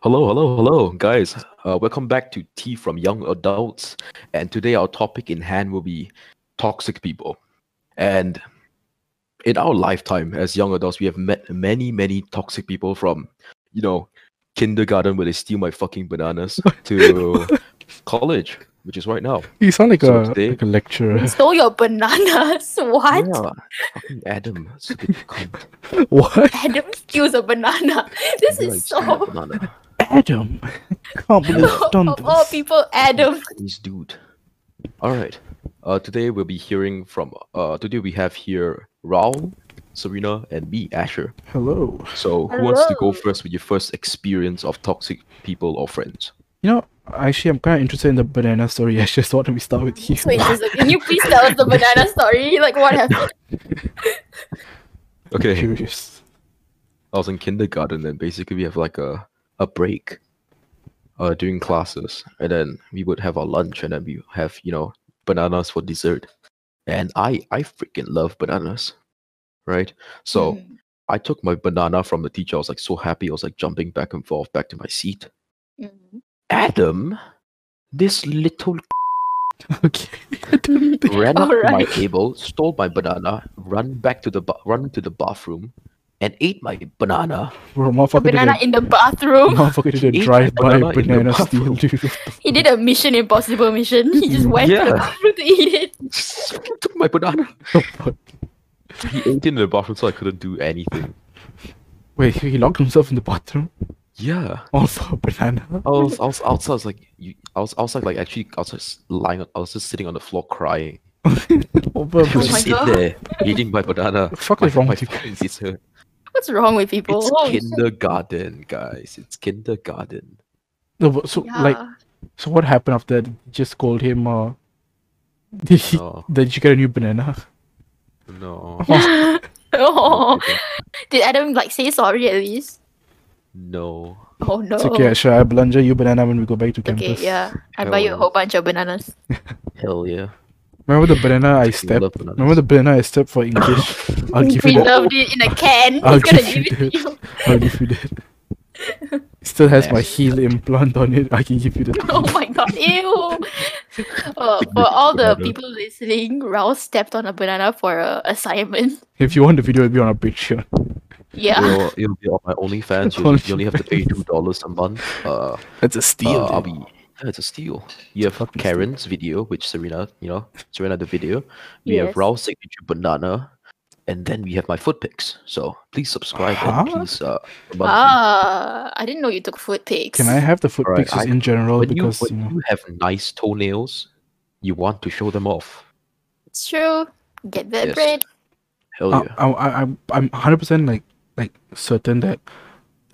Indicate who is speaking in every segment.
Speaker 1: Hello, hello, hello, guys. Uh, welcome back to Tea from Young Adults. And today, our topic in hand will be toxic people. And in our lifetime as young adults, we have met many, many toxic people from, you know, kindergarten where they steal my fucking bananas to college, which is right now.
Speaker 2: You sound like
Speaker 1: So
Speaker 2: a
Speaker 1: today-
Speaker 2: like a lecturer.
Speaker 3: stole your bananas. What?
Speaker 1: Yeah, fucking Adam, stupid cunt.
Speaker 2: what?
Speaker 3: Adam steals a banana. This
Speaker 1: You, like,
Speaker 3: is
Speaker 1: steal my
Speaker 3: so.
Speaker 1: banana.
Speaker 2: Adam. Can't believe you've done
Speaker 3: Of all
Speaker 2: this.
Speaker 3: people, Adam.
Speaker 1: Chinese dude. All right. Uh, today we'll be hearing from. Uh, today we have here Raul, Serena, and me, Asher.
Speaker 2: Hello.
Speaker 1: So who wants to go
Speaker 3: Hello.
Speaker 1: first with your first experience of toxic people or friends?
Speaker 2: You know, actually I'm kinda interested in the banana story. I just thought we start with you.
Speaker 3: Wait, just a- can you please tell us the banana story? Like what happened?
Speaker 1: Okay.
Speaker 2: Curious.
Speaker 1: I was in kindergarten, and basically we have like a a break, uh, during classes, and then we would have our lunch, and then we have you know bananas for dessert, and I I freaking love bananas, right? So.
Speaker 3: Mm,
Speaker 1: I took my banana from the teacher. I was like so happy. I was like jumping back and forth back to my seat.
Speaker 3: mm.
Speaker 1: Adam, this little
Speaker 2: Okay. I don't think-
Speaker 1: ran up to my
Speaker 3: Alright.
Speaker 1: table, stole my banana, run back to the ba- run to the bathroom, and ate my banana.
Speaker 2: Bro,
Speaker 3: A
Speaker 2: motherfucker did
Speaker 3: banana
Speaker 2: a
Speaker 3: in the bathroom.
Speaker 2: motherfucker did
Speaker 1: Eat
Speaker 2: a drive by
Speaker 1: banana in the
Speaker 2: banana steal
Speaker 1: bathroom.
Speaker 2: dude.
Speaker 3: He did a Mission Impossible mission. He just went to the
Speaker 1: Yeah.
Speaker 3: bathroom to eat it.
Speaker 1: took my banana. He ate it in the bathroom, so I couldn't do anything.
Speaker 2: Wait, he locked himself in the bathroom?
Speaker 1: Yeah,
Speaker 2: All for a banana?
Speaker 1: I was I was outside. I was like you, I was outside. Like actually, I was just lying. on- I was just sitting on the floor crying.
Speaker 2: Over a
Speaker 1: I was "Oh."
Speaker 3: my
Speaker 1: just
Speaker 2: banana.
Speaker 1: in
Speaker 3: God.
Speaker 1: there eating my banana.
Speaker 2: Fuck
Speaker 1: My,
Speaker 2: is wrong
Speaker 1: my
Speaker 2: with you
Speaker 1: fucking
Speaker 2: guys?
Speaker 1: dessert.
Speaker 3: What's wrong with people?
Speaker 1: It's
Speaker 3: Holy shit.
Speaker 1: kindergarten, guys. It's kindergarten.
Speaker 2: No, but so
Speaker 3: Yeah.
Speaker 2: like so what happened after that? You Just called him uh did, he,
Speaker 1: No,
Speaker 2: did you get a new banana?
Speaker 1: no.
Speaker 3: oh, did Adam like say sorry at least?
Speaker 1: No.
Speaker 3: Oh no.
Speaker 2: It's okay, Asha. I belanja you banana when we go back to
Speaker 3: Okay,
Speaker 2: campus.
Speaker 3: yeah. I
Speaker 1: No
Speaker 3: buy you a
Speaker 1: worries.
Speaker 3: whole bunch of bananas.
Speaker 1: Hell yeah.
Speaker 2: Remember the banana
Speaker 1: I
Speaker 2: I
Speaker 1: love
Speaker 2: stepped?
Speaker 1: bananas.
Speaker 2: Remember the banana I stepped for English? I'll give
Speaker 3: we
Speaker 2: you that.
Speaker 3: loved it in a can.
Speaker 2: I'll
Speaker 3: He's gonna
Speaker 2: give you
Speaker 3: give it to
Speaker 2: that.
Speaker 3: you.
Speaker 2: I'll give you that. It still has my
Speaker 1: Nasty.
Speaker 2: heel implant on it. I can give you that.
Speaker 3: Oh my god, ew! Uh, for all the people listening, Raul stepped on a banana for a assignment.
Speaker 2: If you want the video, it'll be on our Patreon.
Speaker 3: Yeah.
Speaker 1: It'll, it'll be on my OnlyFans. You, you only have to pay two dollars a month. Uh,
Speaker 2: That's a steal.
Speaker 3: Oh,
Speaker 1: uh, I'll be. Yeah, it's a steal. You have Karen's video, which Serena, you know, Serena the video. We have
Speaker 3: Yes.
Speaker 1: Raul's signature banana, and then we have my foot pics. So please subscribe and
Speaker 2: Huh?
Speaker 1: please. Uh, monthly.
Speaker 3: Ah, I didn't know you took food pics.
Speaker 2: Can I have the foot
Speaker 1: Alright,
Speaker 2: pictures
Speaker 1: I-
Speaker 2: in general?
Speaker 1: when you
Speaker 2: Oh, because you,
Speaker 1: when
Speaker 2: know,
Speaker 1: you have nice toenails, you want to show them off.
Speaker 3: It's true. Get that
Speaker 1: Yes.
Speaker 3: bread.
Speaker 1: Hell
Speaker 2: I,
Speaker 1: Oh, yeah.
Speaker 2: I, I, I'm I'm 100% like like certain that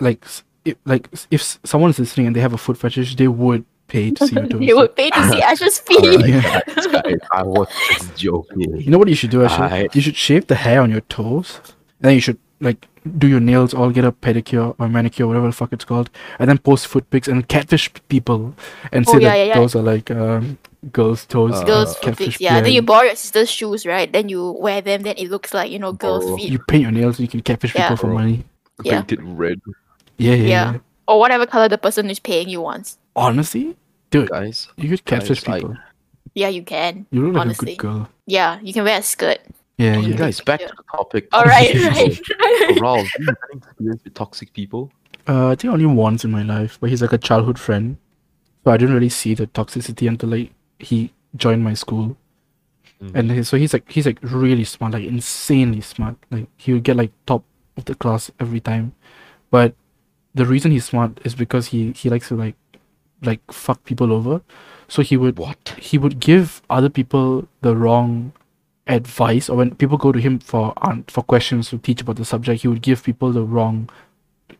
Speaker 2: like s- if, like s- if s- someone is listening and they have a foot fetish, they would pay to see you do
Speaker 3: You would pay to see Ash's feet.
Speaker 2: Yeah.
Speaker 1: Guys, I was just
Speaker 2: You
Speaker 1: joking.
Speaker 2: know what you should do, actually?
Speaker 1: Alright.
Speaker 2: You should shave the hair on your toes. And then you should like do your nails all get a pedicure or manicure, whatever the fuck it's called, and then post foot pics and catfish people and
Speaker 3: Oh,
Speaker 2: say
Speaker 3: yeah,
Speaker 2: that
Speaker 3: yeah, yeah.
Speaker 2: those are like um, girls' toes.
Speaker 1: Uh,
Speaker 3: Girls'
Speaker 2: uh,
Speaker 3: foot pics.
Speaker 2: catfish
Speaker 3: Yeah. Then you
Speaker 2: play.
Speaker 3: borrow your sister's shoes, right? Then you wear them. Then it looks like you know girls'
Speaker 1: Oh.
Speaker 3: feet
Speaker 2: you paint your nails, you can catfish
Speaker 3: Yeah.
Speaker 2: people for
Speaker 1: Bro.
Speaker 2: money.
Speaker 3: Yeah.
Speaker 1: Painted red,
Speaker 2: Yeah, yeah,
Speaker 3: Yeah.
Speaker 2: yeah.
Speaker 3: or whatever color the person is paying you wants.
Speaker 2: Honestly, dude,
Speaker 1: guys.
Speaker 2: you could catfish
Speaker 1: guys, I-
Speaker 2: people.
Speaker 3: Yeah, you can.
Speaker 2: You look like a
Speaker 3: honestly.
Speaker 2: good girl.
Speaker 3: Yeah, you can wear a skirt.
Speaker 2: Yeah,
Speaker 1: Okay,
Speaker 2: yeah.
Speaker 1: guys, back to the topic.
Speaker 3: All right,
Speaker 1: Toxic
Speaker 3: right,
Speaker 1: people.
Speaker 3: right.
Speaker 1: Raul, do you have any experience with toxic people?
Speaker 2: Uh, I think only once in my life, but he's like a childhood friend, so I didn't really see the toxicity until like he joined my school. And he, so he's like he's like really smart, like insanely smart. Like he would get like top of the class every time. But the reason he's smart is because he he likes to like like fuck people over. So he would
Speaker 1: What?
Speaker 2: he would give other people the wrong advice or when people go to him for an- for questions to teach about the subject, he would give people the wrong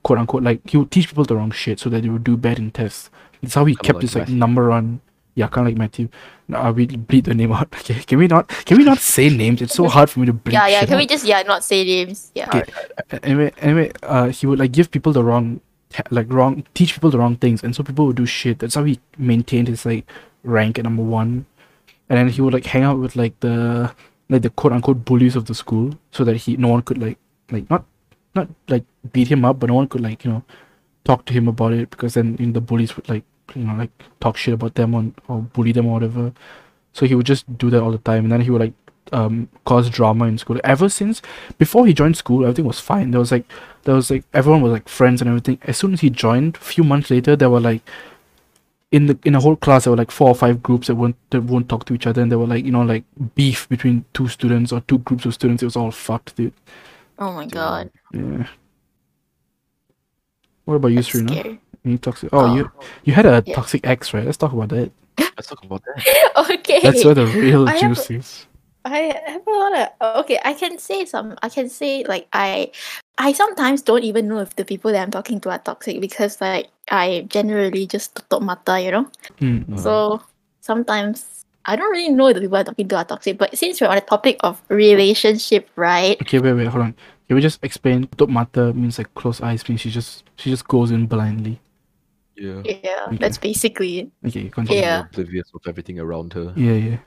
Speaker 2: quote unquote like he would teach people the wrong shit so that they would do bad in tests. That's how he
Speaker 1: Kinda
Speaker 2: kept
Speaker 1: like
Speaker 2: this like
Speaker 1: Matthew.
Speaker 2: number on yeah, kind of like Matthew. No, uh, we bleed the name out. Okay, can we not? Can we not say names? It's so hard for me to bleed.
Speaker 3: Yeah, yeah.
Speaker 2: shit
Speaker 3: Can we
Speaker 2: out.
Speaker 3: just yeah not say names? Yeah.
Speaker 2: Okay. A- Anyway, anyway, uh, he would like give people the wrong, te- like wrong, teach people the wrong things, and so people would do shit. That's how he maintained his like rank at number one, and then he would like hang out with like the like the quote unquote bullies of the school, so that he no one could like like not not like beat him up, but no one could like you know talk to him about it because then you know, the bullies would like you know like talk shit about them on or bully them or whatever. So he would just do that all the time, and then he would like um cause drama in school. Ever since before he joined school, everything was fine. There was like there was like everyone was like friends and everything. As soon as he joined, a few months later, there were like in the in a whole class there were like four or five groups that won't that won't talk to each other, and there were like you know like beef between two students or two groups of students. It was all fucked, dude.
Speaker 3: Oh my god.
Speaker 2: Yeah. What about you,
Speaker 3: That's
Speaker 2: Serena?
Speaker 3: scary.
Speaker 2: Any toxic? Oh,
Speaker 3: Oh.
Speaker 2: you you had a
Speaker 3: Yeah.
Speaker 2: toxic ex, right? Let's talk about that.
Speaker 1: Let's talk about that.
Speaker 3: okay.
Speaker 2: That's where the real
Speaker 3: I have-
Speaker 2: juice is.
Speaker 3: I have a lot of okay. I can say some. I can say like I, I sometimes don't even know if the people that I'm talking to are toxic because like I generally just tutup mata, you know.
Speaker 2: Mm.
Speaker 3: So sometimes I don't really know if the people I'm talking to are toxic. But since we're on the topic of relationship, right?
Speaker 2: Okay, wait, wait, hold on. Can we just explain? Tutup mata means like close eyes. Means she just she just goes in blindly.
Speaker 1: Yeah.
Speaker 3: Yeah,
Speaker 2: Okay.
Speaker 3: that's basically it.
Speaker 2: Okay,
Speaker 1: Being
Speaker 2: continue.
Speaker 3: Yeah.
Speaker 1: Oblivious of everything around her.
Speaker 2: Yeah, yeah.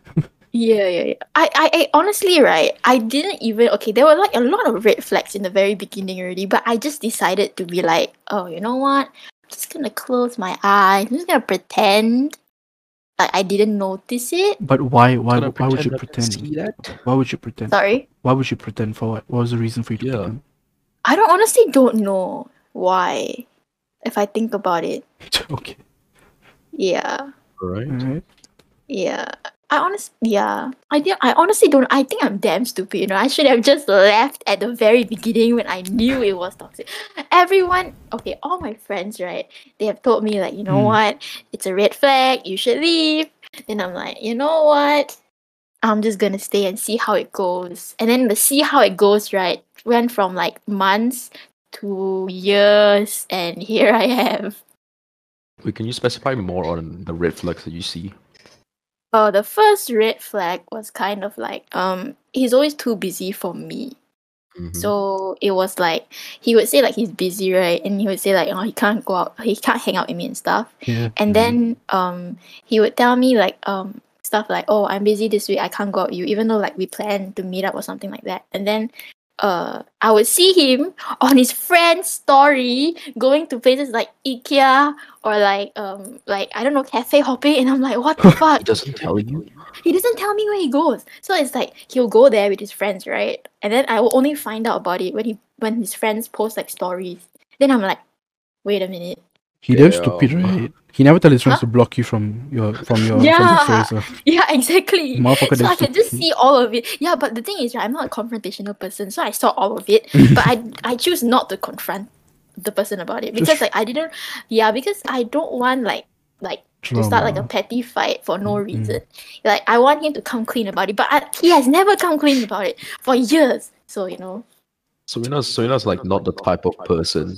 Speaker 3: Yeah, yeah, yeah. I, I, I honestly, right? I didn't even okay. There were like a lot of red flags in the very beginning already, but I just decided to be like, oh, you know what? I'm just gonna close my eyes. I'm just gonna pretend like I didn't notice it.
Speaker 2: But why? Why?
Speaker 1: Gonna
Speaker 2: Why would you
Speaker 1: I didn't See
Speaker 2: pretend?
Speaker 1: that?
Speaker 2: Why would you pretend?
Speaker 3: Sorry,
Speaker 2: Why would you pretend for what? What was the reason for you to
Speaker 1: Yeah.
Speaker 2: pretend?
Speaker 3: I don't honestly don't know why. If I think about it,
Speaker 2: okay.
Speaker 3: yeah.
Speaker 1: All right.
Speaker 2: All right.
Speaker 3: Yeah. I honestly, yeah. I did, I honestly don't. I think I'm damn stupid. You know, I should have just left at the very beginning when I knew it was toxic. Everyone, okay, all my friends, right? They have told me like, you know
Speaker 2: Mm.
Speaker 3: what, it's a red flag. You should leave. And I'm like, you know what, I'm just gonna stay and see how it goes. And then the see how it goes, right? Went from like months to years, and here I am.
Speaker 1: Wait, can you specify more on the red flags that you see?
Speaker 3: Oh, the first red flag was kind of like um he's always too busy for me.
Speaker 1: Mhm.
Speaker 3: So it was like he would say like he's busy, right? And he would say like oh he can't go out, he can't hang out with me and stuff.
Speaker 2: Yeah.
Speaker 3: And
Speaker 1: Mhm.
Speaker 3: then um he would tell me like um stuff like oh I'm busy this week, I can't go out with you, even though like we planned to meet up or something like that. And then uh I would see him on his friend's story going to places like IKEA or like um like I don't know cafe hopping, and I'm like what the fuck
Speaker 1: He doesn't tell you.
Speaker 3: he doesn't tell me where he goes. So it's like he'll go there with his friends, right? And then I will only find out about it when he when his friends post like stories. Then I'm like, wait a minute.
Speaker 2: He damn
Speaker 1: Yeah.
Speaker 2: stupid, right? He never tell his friends
Speaker 3: Huh?
Speaker 2: to block you from your from your
Speaker 3: Yeah.
Speaker 2: from his face. uh.
Speaker 3: Yeah, exactly.
Speaker 2: Motherfucker
Speaker 3: so
Speaker 2: damn
Speaker 3: I can just
Speaker 2: stupid.
Speaker 3: see all of it. Yeah, but the thing is, right, I'm not a confrontational person, so I saw all of it, but I I choose not to confront the person about it because
Speaker 2: Just-
Speaker 3: like I didn't. Yeah, because I don't want like like to start like a
Speaker 2: Drama.
Speaker 3: petty fight for no reason. Like I want him to come clean about it, but I, he has never come clean about it for years. So you know.
Speaker 1: Serena's Serena's like not the type of person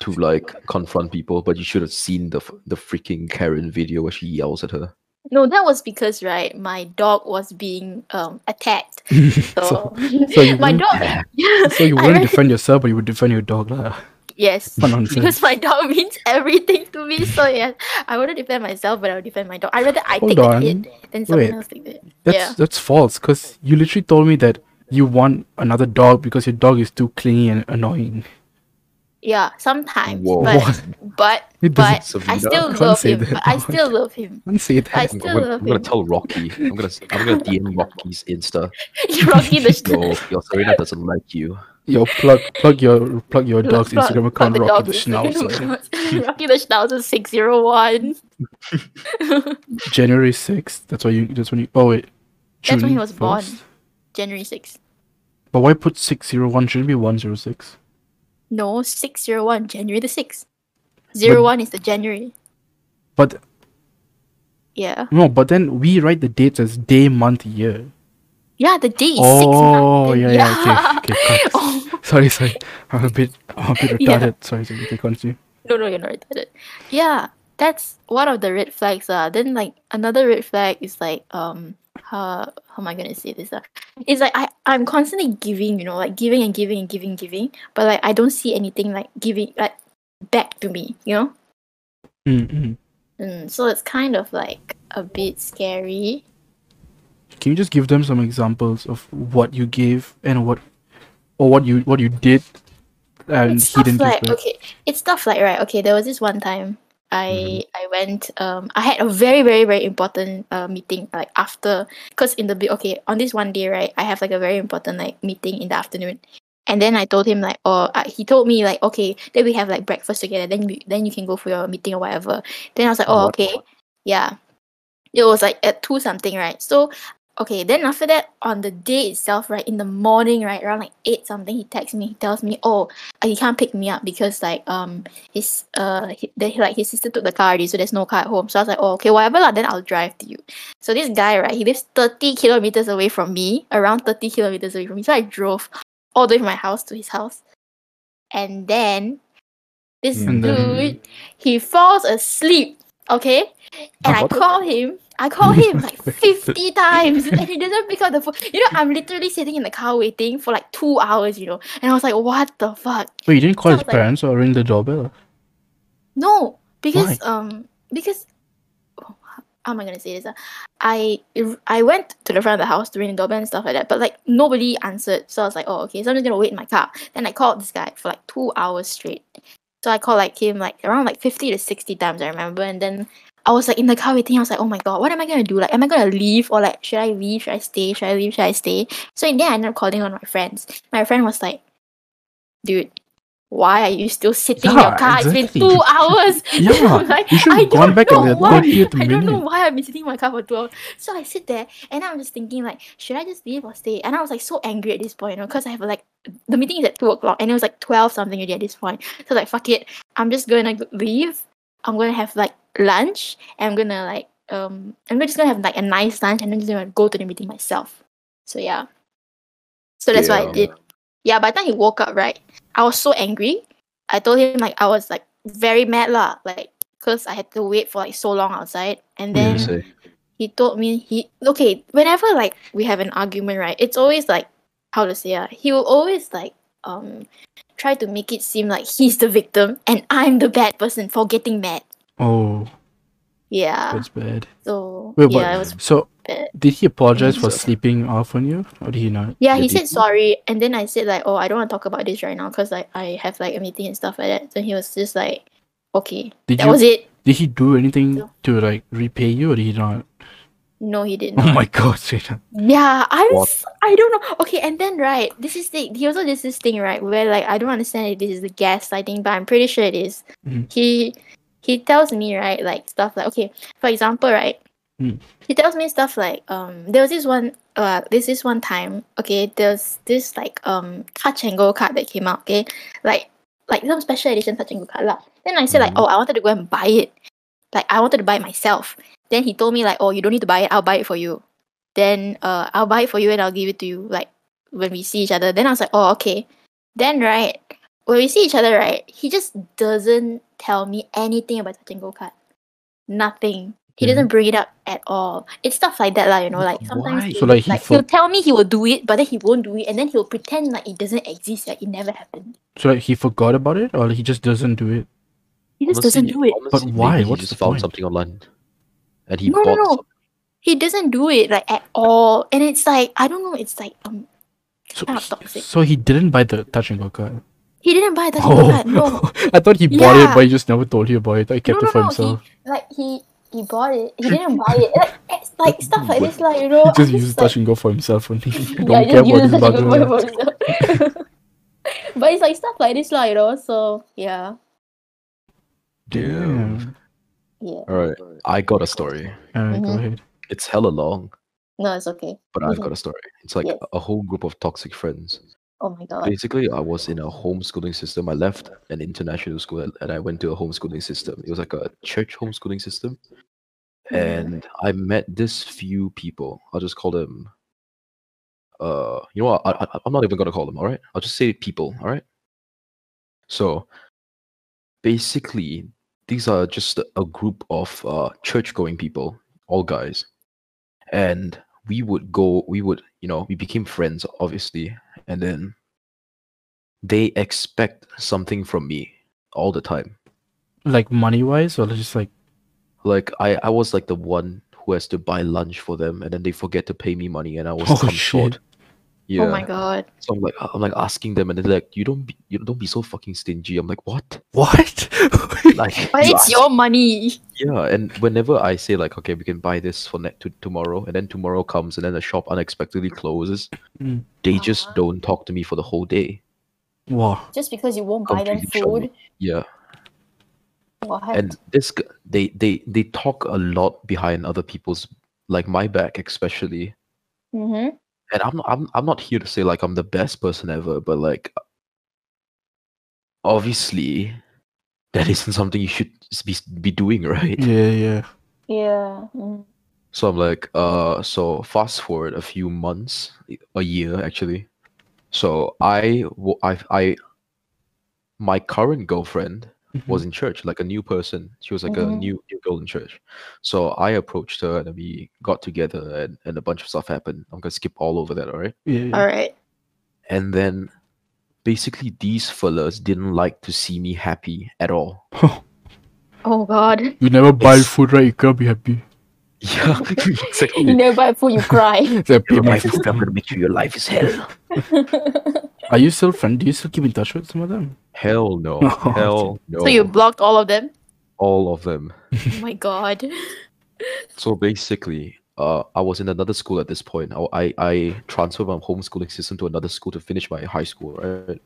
Speaker 1: to like confront people, but you should have seen the f- the freaking Karen video where she yells at her.
Speaker 3: No, that was because right, my dog was being um attacked. So,
Speaker 2: so you
Speaker 3: my
Speaker 2: wouldn't-
Speaker 3: dog, yeah,
Speaker 2: So you
Speaker 3: I
Speaker 2: wouldn't
Speaker 3: read-
Speaker 2: defend yourself, but you would defend your dog, lah.
Speaker 3: yes,
Speaker 2: For nonsense.
Speaker 3: because my dog means everything to me. So yes, I wouldn't defend myself, but I would defend my dog. I rather I
Speaker 2: Hold
Speaker 3: take
Speaker 2: on.
Speaker 3: the hit than someone
Speaker 2: Wait.
Speaker 3: else take it.
Speaker 2: That's
Speaker 3: yeah.
Speaker 2: that's false, because you literally told me that you want another dog because your dog is too clingy and annoying.
Speaker 3: Yeah, sometimes,
Speaker 1: Whoa.
Speaker 3: but but
Speaker 2: It
Speaker 3: but
Speaker 2: doesn't-
Speaker 3: I
Speaker 1: Savita,
Speaker 3: still
Speaker 2: can't
Speaker 3: love
Speaker 2: say
Speaker 3: him.
Speaker 2: that.
Speaker 3: But I still love him.
Speaker 2: Don't say that.
Speaker 3: I
Speaker 1: I'm
Speaker 3: still
Speaker 1: gonna,
Speaker 3: love
Speaker 1: I'm gonna
Speaker 3: him.
Speaker 1: tell Rocky. I'm gonna s- I'm gonna DM Rocky's Insta.
Speaker 3: Rocky the
Speaker 1: Yo, yo, Serena doesn't like you.
Speaker 2: Yo, plug plug your plug your dog's
Speaker 3: Plug-
Speaker 2: Instagram
Speaker 3: plug
Speaker 2: account, Rocky the
Speaker 3: dog's Instagram
Speaker 2: Schnauzer.
Speaker 3: account. Rocky the Schnauzer six zero one.
Speaker 2: January sixth. That's why you. That's when you. Oh wait.
Speaker 3: That's when he
Speaker 2: June
Speaker 3: was born.
Speaker 2: 1st?
Speaker 3: January sixth.
Speaker 2: But why put six zero one? Shouldn't it be one zero six.
Speaker 3: No, 601, January the 6th. Zero one is the January.
Speaker 2: But
Speaker 3: Yeah.
Speaker 2: no. But then we write the dates as day, month, year.
Speaker 3: Yeah, the day is 6
Speaker 2: Oh
Speaker 3: month.
Speaker 2: yeah, yeah. Okay, okay. cut.
Speaker 3: oh,
Speaker 2: Sorry, sorry. I'm a bit, I'm a bit
Speaker 3: Yeah.
Speaker 2: retarded. Sorry, sorry. Okay, continue.
Speaker 3: no, no, you're not retarded. Yeah, that's one of the red flags. Uh. Then, like, another red flag is like, um, how, how am I going to say this? Uh? It's like I, I'm constantly giving, you know, like giving and giving and giving, giving, but like I don't see anything like giving, like back to me, you know?
Speaker 2: Mm-mm.
Speaker 3: Mm, so it's kind of like a bit scary.
Speaker 2: Can you just give them some examples of what you gave and what, or what you what you did and
Speaker 3: it's
Speaker 2: he
Speaker 3: stuff
Speaker 2: didn't
Speaker 3: like
Speaker 2: give birth.
Speaker 3: okay, it's stuff like right. Okay, there was this one time
Speaker 2: Mm-hmm.
Speaker 3: I I went. Um, I had a very very very important uh meeting like after because in the bi- okay on this one day right, I have like a very important like meeting in the afternoon. And then I told him like, oh, uh, he told me like, okay, then we have like breakfast together. Then we, then you can go for your meeting or whatever. Then I was like, oh,
Speaker 1: What?
Speaker 3: okay, yeah. It was like at two something, right? So, okay. Then after that, on the day itself, right, in the morning, right, around like eight something, he texts me. He tells me, oh, uh, he can't pick me up because like um his uh he, the, like his sister took the car already, so there's no car at home. So I was like, oh, okay, whatever lah. Then I'll drive to you. So this guy, right, he lives thirty kilometers away from me, around thirty kilometers away from me. So I drove all the way from my house to his house, and then this
Speaker 2: Mm. And then-
Speaker 3: dude he falls asleep. Okay, and I
Speaker 1: What?
Speaker 3: call him. I call him like 50 times and he doesn't pick up the phone. You know, I'm literally sitting in the car waiting for like two hours, you know. And I was like, what the fuck?
Speaker 2: Wait, you didn't call his
Speaker 3: Sounds like-
Speaker 2: parents or ring the doorbell?
Speaker 3: No, because um because oh, how am I gonna say this? ah? I I went to the front of the house to ring the doorbell and stuff like that, but like nobody answered. So I was like, oh okay, so I'm just gonna wait in my car. Then I called this guy for like two hours straight. So I called like him like around like fifty to sixty times I remember, and then I was like in the car waiting. I was like, oh my god, what am I gonna do? Like, am I gonna leave or like should I leave? Should I stay? Should I leave? Should I stay? So in the end, I ended up calling one of my friends. My friend was like, dude. Why are you still sitting in your
Speaker 2: Yeah,
Speaker 3: car? It's
Speaker 2: exactly.
Speaker 3: been two hours.
Speaker 2: Yeah,
Speaker 3: I'm like,
Speaker 2: you should
Speaker 3: I
Speaker 2: have gone
Speaker 3: don't
Speaker 2: back at
Speaker 3: know
Speaker 2: the
Speaker 3: why.
Speaker 2: 30th
Speaker 3: I don't know
Speaker 2: minute.
Speaker 3: why I've been sitting in my car for two hours. So I sit there and I'm just thinking like, should I just leave or stay? And I was like so angry at this point, you know, because I have like the meeting is at two o'clock and it was like twelve something already at this point. So like fuck it. I'm just gonna g- leave. I'm gonna have like lunch and I'm gonna like um I'm just gonna have like a nice lunch and I'm just gonna go to the meeting myself. So yeah. So that's what I
Speaker 1: Damn.
Speaker 3: did. Yeah, by the time he woke up, right, I was so angry. I told him like I was like very mad lah, like because I had to wait for like so long outside,
Speaker 2: Yeah.
Speaker 3: and then
Speaker 1: You say,
Speaker 3: he told me he okay whenever like we have an argument right it's always like how to say uh, he will always like um try to make it seem like he's the victim and i'm the bad person for getting mad
Speaker 2: Oh,
Speaker 3: yeah
Speaker 2: that's bad.
Speaker 3: so
Speaker 2: Wait,
Speaker 3: Ah. yeah
Speaker 2: but-
Speaker 3: it was
Speaker 2: So,
Speaker 3: bad
Speaker 2: did he apologize for
Speaker 1: So-
Speaker 2: sleeping off on you, or did he not?
Speaker 3: yeah he
Speaker 1: Did he-
Speaker 3: said sorry and then i said like oh i don't want to talk about this right now because like i have like a meeting and stuff like that so he was just like okay
Speaker 2: Did
Speaker 3: that
Speaker 2: you?
Speaker 3: was it
Speaker 2: Did he do anything
Speaker 3: No.
Speaker 2: to like repay you, or did he not?
Speaker 3: no he didn't
Speaker 2: Oh my god, straight up.
Speaker 3: Yeah, I'm.
Speaker 1: What?
Speaker 3: s- I don't know. Okay, and then right, this is the he also did this thing right where like I don't understand if this is the gaslighting, but I'm pretty sure it is.
Speaker 2: Mhm.
Speaker 3: He he tells me right like stuff like okay, for example right,
Speaker 2: Mm.
Speaker 3: he tells me stuff like um there was this one uh this this one time okay there's this like um touch and go card that came out okay like like some special edition touch and go card lah. Then I said like
Speaker 1: Mhm.
Speaker 3: oh I wanted to go and buy it, like I wanted to buy it myself. Then he told me like oh you don't need to buy it I'll buy it for you then uh, I'll buy it for you and I'll give it to you like when we see each other. Then I was like, oh okay. Then right when we see each other, right, he just doesn't tell me anything about touch and go card. Nothing. He
Speaker 2: Mhm.
Speaker 3: doesn't bring it up at all. It's stuff like that, lah. You know, like sometimes
Speaker 1: Why?
Speaker 3: he,
Speaker 2: So, like, he
Speaker 3: he'll
Speaker 2: for-
Speaker 3: tell me he will do it, but then he won't do it, and then he'll pretend like it doesn't exist, like it never happened.
Speaker 2: So like he forgot about it, or he just doesn't do it.
Speaker 3: He just doesn't do
Speaker 1: honestly-
Speaker 3: it.
Speaker 1: honestly, maybe
Speaker 2: why?
Speaker 1: He
Speaker 2: What's
Speaker 1: just
Speaker 2: the
Speaker 1: found
Speaker 2: point?
Speaker 1: something online, and he
Speaker 3: No, no,
Speaker 1: bought
Speaker 3: no.
Speaker 1: something.
Speaker 3: He doesn't do it like at all, and it's like I don't know. It's like um,
Speaker 2: So,
Speaker 3: Kind of
Speaker 2: he-
Speaker 3: toxic.
Speaker 2: so he didn't buy the touch and go card.
Speaker 3: he didn't buy a touch and go
Speaker 2: Oh,
Speaker 3: card. No.
Speaker 2: I thought he bought it,
Speaker 3: Yeah.
Speaker 2: but he just never told you about it. I kept it for himself.
Speaker 3: He, like he he bought it. He didn't buy it. Like it's like stuff like this, like you know.
Speaker 2: He just
Speaker 3: I'm
Speaker 2: used touch and go for himself only. I
Speaker 3: like,
Speaker 2: don't
Speaker 3: yeah,
Speaker 2: care about
Speaker 3: just
Speaker 2: his
Speaker 3: use
Speaker 2: bugger.
Speaker 3: it as a weapon. But it's like stuff like this, like you know. So yeah,
Speaker 2: Damn.
Speaker 3: yeah.
Speaker 1: All right, I got a story.
Speaker 2: Alright, go
Speaker 3: Mhm.
Speaker 2: ahead.
Speaker 1: It's hella long,
Speaker 3: No, it's okay.
Speaker 1: but I've
Speaker 3: Mhm.
Speaker 1: got a story. It's like
Speaker 3: Yes.
Speaker 1: a whole group of toxic friends.
Speaker 3: Oh my god.
Speaker 1: Basically, I was in a homeschooling system. I left an international school and- and I went to a homeschooling system. It was like a church homeschooling system.
Speaker 3: Mm-hmm.
Speaker 1: And I met this few people. I'll just call them. Uh, you know what? I, I, I'm not even gonna call them. All right, I'll just say people. All right. So, basically, these are just a group of uh, church-going people, all guys, and we would go. We would, you know, we became friends, obviously, and then they expect something from me all the time.
Speaker 2: Like money wise, or just like
Speaker 1: Like I, I was like the one who has to buy lunch for them, and then they forget to pay me money, and I was
Speaker 2: Oh,
Speaker 1: come short.
Speaker 2: shit.
Speaker 1: Yeah.
Speaker 3: Oh my god.
Speaker 1: So I'm like, I'm like asking them, and they're like, "You don't, be, you don't be so fucking stingy." I'm like, "What?"
Speaker 2: What?
Speaker 1: Like,
Speaker 3: But
Speaker 1: you
Speaker 3: it's
Speaker 1: ask-
Speaker 3: your money.
Speaker 1: yeah. And whenever I say like, "Okay, we can buy this for net to tomorrow," and then tomorrow comes, and then the shop unexpectedly closes,
Speaker 2: Mm.
Speaker 1: they just
Speaker 3: Uh-huh.
Speaker 1: don't talk to me for the whole day.
Speaker 2: wow.
Speaker 3: Just because you won't
Speaker 1: Come
Speaker 3: buy them
Speaker 1: freaking show me.
Speaker 3: food.
Speaker 1: Yeah,
Speaker 3: What?
Speaker 1: and this g- they they they talk a lot behind other people's like my back especially
Speaker 3: mm-hmm.
Speaker 1: and I'm not, I'm I'm not here to say like I'm the best person ever, but like obviously that isn't something you should s- be be doing, right?
Speaker 2: Yeah, yeah.
Speaker 3: Yeah. Mm.
Speaker 1: So I'm like, uh, so fast forward a few months, i- a year actually. So I wa- I I my current girlfriend was in church, like a new person. She was like a
Speaker 3: Mhm.
Speaker 1: new new girl in church. So I approached her and we got together and, and a bunch of stuff happened. I'm gonna skip all over that, all right?
Speaker 2: Yeah, yeah.
Speaker 3: All right.
Speaker 1: and then basically these fellas didn't like to see me happy at all
Speaker 3: Oh god.
Speaker 2: You never buy
Speaker 1: It's-
Speaker 2: food, right? You can't be happy.
Speaker 1: yeah
Speaker 3: You
Speaker 1: exactly
Speaker 3: never buy food, you cry.
Speaker 2: It's like, pay my
Speaker 1: is,
Speaker 2: food.
Speaker 1: I'm gonna make sure your life is hell.
Speaker 2: Are you still friend? Do you still keep in touch with some of them?
Speaker 1: Hell no.
Speaker 2: Oh,
Speaker 1: Hell no.
Speaker 3: So you blocked all of them?
Speaker 1: All of them.
Speaker 3: Oh my god.
Speaker 1: So basically, uh, I was in another school at this point. I I, I transferred my homeschooling system to another school to finish my high school, right?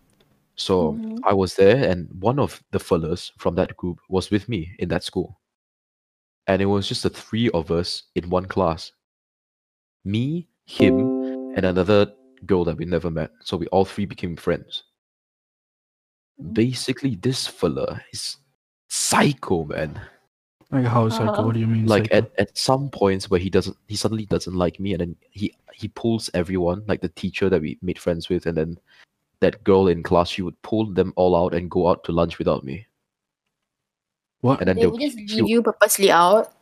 Speaker 1: So
Speaker 3: Mhm.
Speaker 1: I was there, and one of the fellas from that group was with me in that school, and it was just the three of us in one class. Me, him, and another girl that we never met. So we all three became friends.
Speaker 3: Mhm.
Speaker 1: Basically, this fella is psycho, man.
Speaker 2: Like how psycho?
Speaker 3: Uh-huh.
Speaker 2: What do you mean?
Speaker 1: like
Speaker 2: psycho?
Speaker 1: at, at some points where he doesn't he suddenly doesn't like me and then he he pulls everyone like the teacher that we made friends with and then that girl in class she would pull them all out and go out to lunch without me
Speaker 2: what?
Speaker 1: and then
Speaker 3: They
Speaker 1: they
Speaker 3: would just
Speaker 1: she
Speaker 3: leave you purposely out.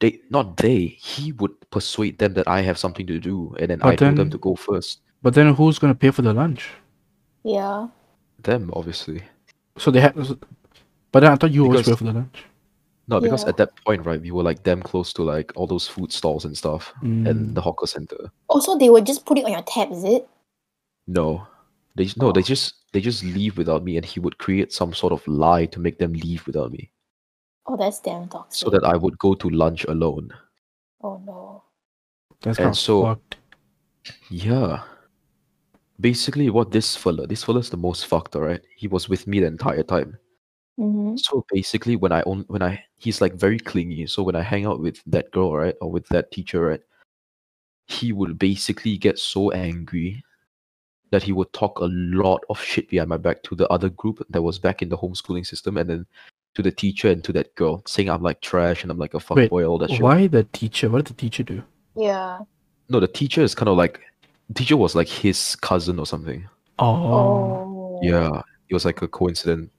Speaker 1: they not they he would persuade them that i have something to do and then
Speaker 2: But
Speaker 1: i told them
Speaker 2: then-
Speaker 1: to go first
Speaker 2: But then who's gonna pay for the lunch?
Speaker 3: Yeah.
Speaker 1: them obviously
Speaker 2: So they had. so- But then I thought you always
Speaker 1: Because-
Speaker 2: pay for the lunch.
Speaker 1: no because
Speaker 3: Yeah.
Speaker 1: at that point right we were like damn close to like all those food stalls and stuff
Speaker 2: Mm.
Speaker 1: and the hawker center
Speaker 3: Also, they would just put it on your tab, is it?
Speaker 1: No, they just- no,
Speaker 3: Oh.
Speaker 1: they just they just leave without me, and he would create some sort of lie to make them leave without me,
Speaker 3: Oh, that's damn toxic.
Speaker 1: so that I would go to lunch alone.
Speaker 3: oh no.
Speaker 2: That's
Speaker 1: And
Speaker 2: kind of
Speaker 1: so-
Speaker 2: fucked.
Speaker 1: Yeah. Basically, what this fella, this fella's the most fucked, alright? He was with me the entire time.
Speaker 3: Mm-hmm.
Speaker 1: So basically, when I own, when I, he's like very clingy. So when I hang out with that girl, right, or with that teacher, right, he would basically get so angry that he would talk a lot of shit behind my back to the other group that was back in the homeschooling system, and then to the teacher and to that girl, saying I'm like trash and I'm like a
Speaker 2: Wait,
Speaker 1: fuckboy, all that shit.
Speaker 2: Why the teacher? What did the teacher do?
Speaker 3: Yeah.
Speaker 1: No, the teacher is kind of like, teacher was like his cousin or something.
Speaker 2: Oh.
Speaker 3: Oh.
Speaker 1: Yeah, it was like a coincident,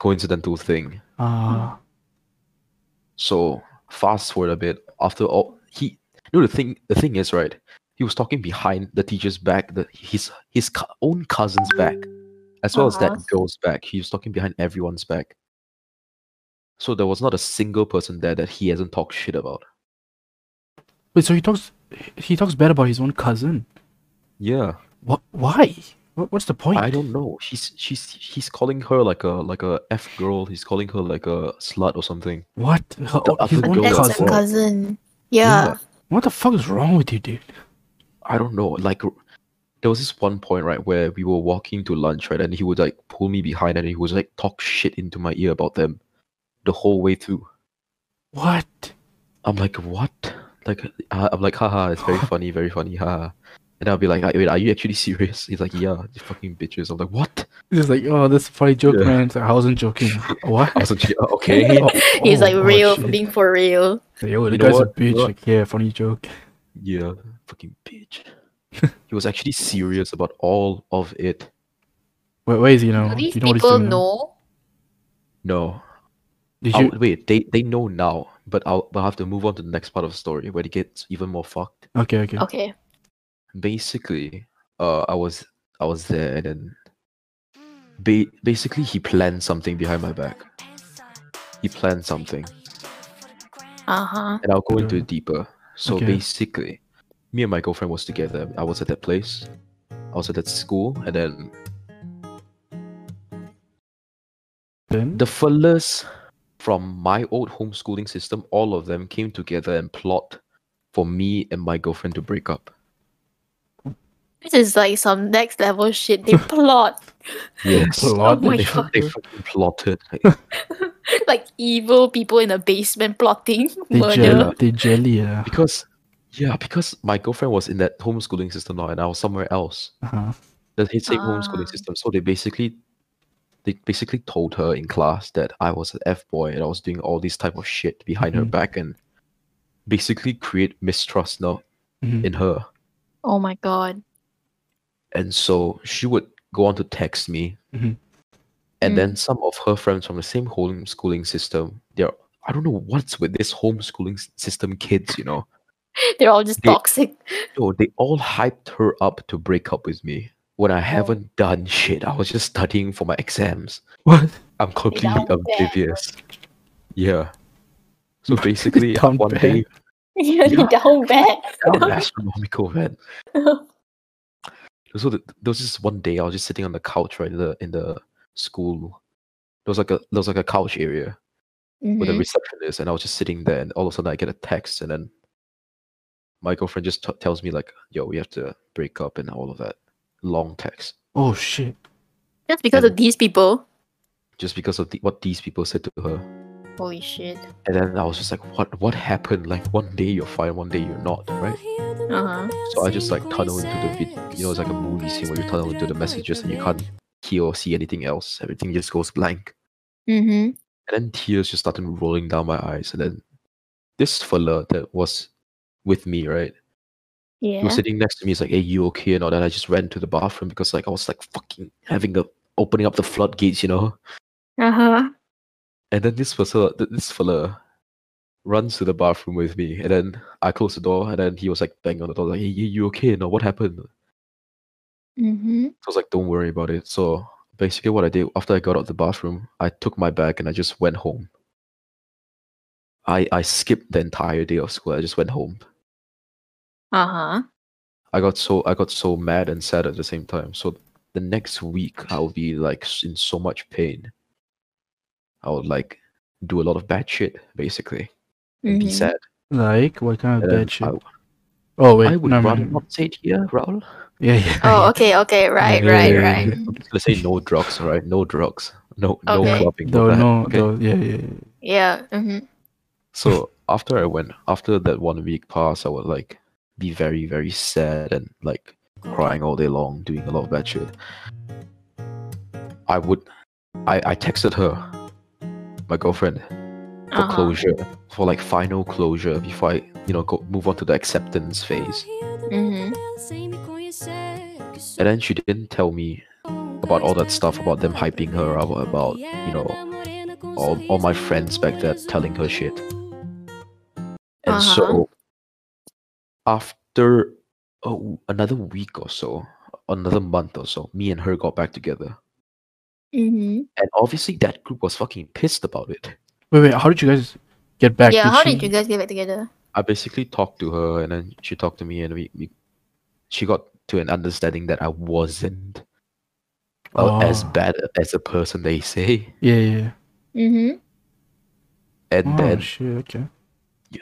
Speaker 1: coincidental thing.
Speaker 2: Ah.
Speaker 1: So fast forward a bit. After all, he you know the thing. The thing is, right? He was talking behind the teacher's back, the his his cou- own cousin's back, as well as
Speaker 3: Uh-huh.
Speaker 1: that girl's back. He was talking behind everyone's back. So there was not a single person there that he hasn't talked shit about.
Speaker 2: Wait. So he talks. He talks bad about his own cousin.
Speaker 1: Yeah,
Speaker 2: What? Why? What, what's the point?
Speaker 1: I don't know. She's she's he's calling her like a like a f girl. He's calling her like a slut or something.
Speaker 2: What? Her,
Speaker 1: The
Speaker 2: own- his
Speaker 1: other
Speaker 2: own
Speaker 1: girl
Speaker 3: That's
Speaker 1: that's
Speaker 3: a
Speaker 2: cousin.
Speaker 1: wrong.
Speaker 3: cousin. Yeah.
Speaker 2: What the fuck is wrong with you, dude?
Speaker 1: I don't know. Like r- there was this one point right where we were walking to lunch, right, and he would like pull me behind and he was like talk shit into my ear about them the whole way through.
Speaker 2: What?
Speaker 1: I'm like, what? Like uh, I'm like, haha, it's very funny, very funny, haha. And I'll be like, wait, are you actually serious? He's like, yeah, you fucking bitches. I'm like, what?
Speaker 2: It's like, oh, that's a funny joke,
Speaker 1: Yeah.
Speaker 2: man. It's like, I wasn't joking. What?
Speaker 1: I was like, "Yeah, okay.
Speaker 2: Oh,
Speaker 3: He's like
Speaker 2: oh, oh,
Speaker 3: real,
Speaker 2: shit.
Speaker 3: for being for real.
Speaker 2: Like, Yo, the
Speaker 1: You know
Speaker 2: guy's a
Speaker 1: what? You
Speaker 2: bitch.
Speaker 1: know what?
Speaker 2: Like, yeah, funny joke.
Speaker 1: yeah, fucking bitch. he was actually serious about all of it.
Speaker 2: Where, where is he now?
Speaker 3: Do these
Speaker 2: Oh, Do you know what he's
Speaker 3: people
Speaker 2: doing now?
Speaker 3: know?
Speaker 1: No,
Speaker 2: Did
Speaker 1: I'll-
Speaker 2: you?
Speaker 1: wait, they they know now, but I'll, I'll have to move on to the next part of the story where it gets even more fucked.
Speaker 2: Okay, okay.
Speaker 3: Okay.
Speaker 1: basically uh i was i was there and then ba- basically he planned something behind my back he planned something
Speaker 3: Uh huh.
Speaker 1: and i'll go into it
Speaker 2: Okay.
Speaker 1: deeper so
Speaker 2: Okay.
Speaker 1: basically me and my girlfriend was together i was at that place I was at school, and then
Speaker 2: Then
Speaker 1: the fellas from my old homeschooling system, all of them came together and plot for me and my girlfriend to break up.
Speaker 3: This is like some next level shit. They plot
Speaker 1: Yes.
Speaker 2: plot
Speaker 3: Oh my
Speaker 1: They,
Speaker 2: that
Speaker 3: God.
Speaker 1: they fucking plotted. Like,
Speaker 3: like evil people in a basement plotting
Speaker 2: they, they,
Speaker 3: murder.
Speaker 2: jelly, they jelly, yeah.
Speaker 1: because, yeah, because my girlfriend was in that homeschooling system now, and I was somewhere else.
Speaker 2: Uh-huh.
Speaker 1: the hit same homeschooling
Speaker 3: Ah.
Speaker 1: system. So they basically they basically told her in class that I was an F boy and I was doing all this type of shit behind her
Speaker 2: Mhm.
Speaker 1: back and basically create mistrust now
Speaker 2: Mhm.
Speaker 1: in her.
Speaker 3: Oh my god.
Speaker 1: And so she would go on to text me.
Speaker 2: Mhm.
Speaker 1: And
Speaker 3: Mm.
Speaker 1: then some of her friends from the same homeschooling system, they're I don't know what's with this homeschooling s- system kids, you know.
Speaker 3: They're all just
Speaker 1: They-
Speaker 3: toxic.
Speaker 1: No, they all hyped her up to break up with me when I haven't done shit. I was just studying for my exams.
Speaker 2: What?
Speaker 1: I'm completely
Speaker 3: down bad.
Speaker 1: oblivious. Yeah. So basically,
Speaker 2: Down
Speaker 1: one
Speaker 2: bad.
Speaker 1: day,
Speaker 3: Yeah, they down bad.
Speaker 1: down astronomical man. So the, there was just one day I was just sitting on the couch right in the in the school. There was like a there was like a couch area where the
Speaker 3: Mhm.
Speaker 1: reception is, and I was just sitting there, and all of a sudden I get a text, and then my girlfriend just t- tells me like, "Yo, we have to break up," and all of that long text,
Speaker 2: Oh shit.
Speaker 3: Just because of these people.
Speaker 1: just because of the, what these people said to her.
Speaker 3: Holy shit.
Speaker 1: And then I was just like, "What? What happened? Like one day you're fine, one day you're not, right?"
Speaker 3: Uh-huh.
Speaker 1: So I just like tunnel into the vid- you know, it's like a movie scene where you tunnel into the messages and you can't hear or see anything else. Everything just goes blank.
Speaker 3: Mm-hmm.
Speaker 1: And then tears just started rolling down my eyes. And then this fella that was with me, right? He
Speaker 3: Yeah.
Speaker 1: was sitting next to me. He's like, "Hey, you okay?" And all that. I just ran to the bathroom because like I was like fucking having a opening up the floodgates, you know.
Speaker 3: Uh-huh.
Speaker 1: And then this fella, th- this fella, runs to the bathroom with me. And then I closed the door. And then he was like banging on the door, like, "Hey, you you okay?" No, what happened?
Speaker 3: Mm-hmm.
Speaker 1: So I was like, don't worry about it. So basically, what I did after I got out of the bathroom, I took my bag and I just went home. I, I skipped the entire day of school. I just went home.
Speaker 3: Uh-huh.
Speaker 1: I got so I got so mad and sad at the same time. So the next week I would be like s- in so much pain. I would like do a lot of bad shit basically and be
Speaker 3: Mhm.
Speaker 1: sad.
Speaker 2: Like what kind of
Speaker 1: And then
Speaker 2: bad shit?
Speaker 1: I,
Speaker 2: oh
Speaker 1: I
Speaker 2: wait,
Speaker 1: would
Speaker 2: no, no,
Speaker 1: rather
Speaker 2: no.
Speaker 1: not say it here, Raul.
Speaker 2: Yeah, yeah.
Speaker 3: Oh, okay, okay, right,
Speaker 2: Yeah,
Speaker 3: right,
Speaker 2: yeah, yeah,
Speaker 3: right.
Speaker 2: yeah.
Speaker 1: I'm just gonna say no drugs, all right? No drugs. No no
Speaker 3: Okay.
Speaker 1: clubbing.
Speaker 2: Though
Speaker 1: that,
Speaker 2: no,
Speaker 1: okay?
Speaker 2: though, yeah, yeah, yeah.
Speaker 3: Yeah. Mm-hmm.
Speaker 1: So after I went, after that one week passed, I would like be very, very sad and like crying all day long, doing a lot of bad shit. I would, I, I texted her, my girlfriend, for
Speaker 3: Uh-huh.
Speaker 1: closure, for like final closure before I, you know, go move on to the acceptance phase.
Speaker 4: Mm-hmm.
Speaker 1: And then she didn't tell me
Speaker 4: about all that stuff about them hyping her up about you know all, all my friends back there telling her shit
Speaker 1: And
Speaker 3: Uh-huh.
Speaker 1: so after oh, another week or so, another month or so, me and her got back together.
Speaker 3: Mm-hmm.
Speaker 1: And obviously that group was fucking pissed about it.
Speaker 2: Wait, wait. How did you guys get back?
Speaker 3: Yeah,
Speaker 2: Did
Speaker 3: how
Speaker 2: she-
Speaker 3: did you guys get back together?
Speaker 1: I basically talked to her and then she talked to me and we, we she got to an understanding that I wasn't uh, as
Speaker 2: Oh.
Speaker 1: bad as a person they say.
Speaker 2: Yeah, yeah. yeah.
Speaker 3: Mm-hmm.
Speaker 1: And
Speaker 2: Oh
Speaker 1: then
Speaker 2: shit. Okay.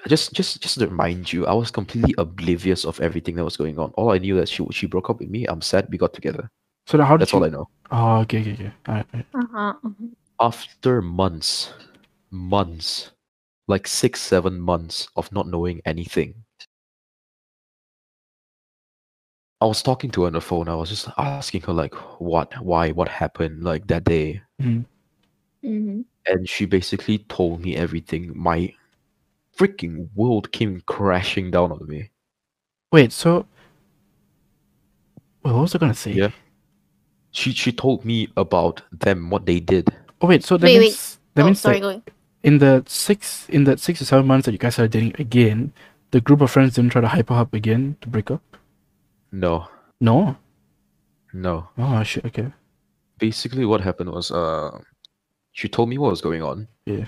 Speaker 1: just just just to remind you, I was completely oblivious of everything that was going on. All I knew that she she broke up with me. I'm sad we got together.
Speaker 2: So then how did
Speaker 1: That's
Speaker 2: you?
Speaker 1: all I know.
Speaker 2: Oh, okay, okay, okay. All right, all right.
Speaker 3: Uh-huh. mhm.
Speaker 1: After months, months, like six, seven months of not knowing anything. I was talking to her on the phone. I was just asking her like, what, why, what happened, like that day.
Speaker 3: Mhm.
Speaker 1: and she basically told me everything. My freaking world came crashing down on me.
Speaker 2: Wait. So. Wait, what was I gonna say?
Speaker 1: Yeah. She she told me about them, what they did.
Speaker 2: Oh wait. So that
Speaker 3: Wait, wait.
Speaker 2: means that
Speaker 3: oh,
Speaker 2: means
Speaker 3: sorry,
Speaker 2: that
Speaker 3: going.
Speaker 2: in the six in that six or seven months that you guys started dating again, the group of friends didn't try to hype her up again to break up.
Speaker 1: No,
Speaker 2: No.
Speaker 1: no.
Speaker 2: Oh shit. Okay.
Speaker 1: Basically, what happened was, uh, she told me what was going on.
Speaker 2: Yeah.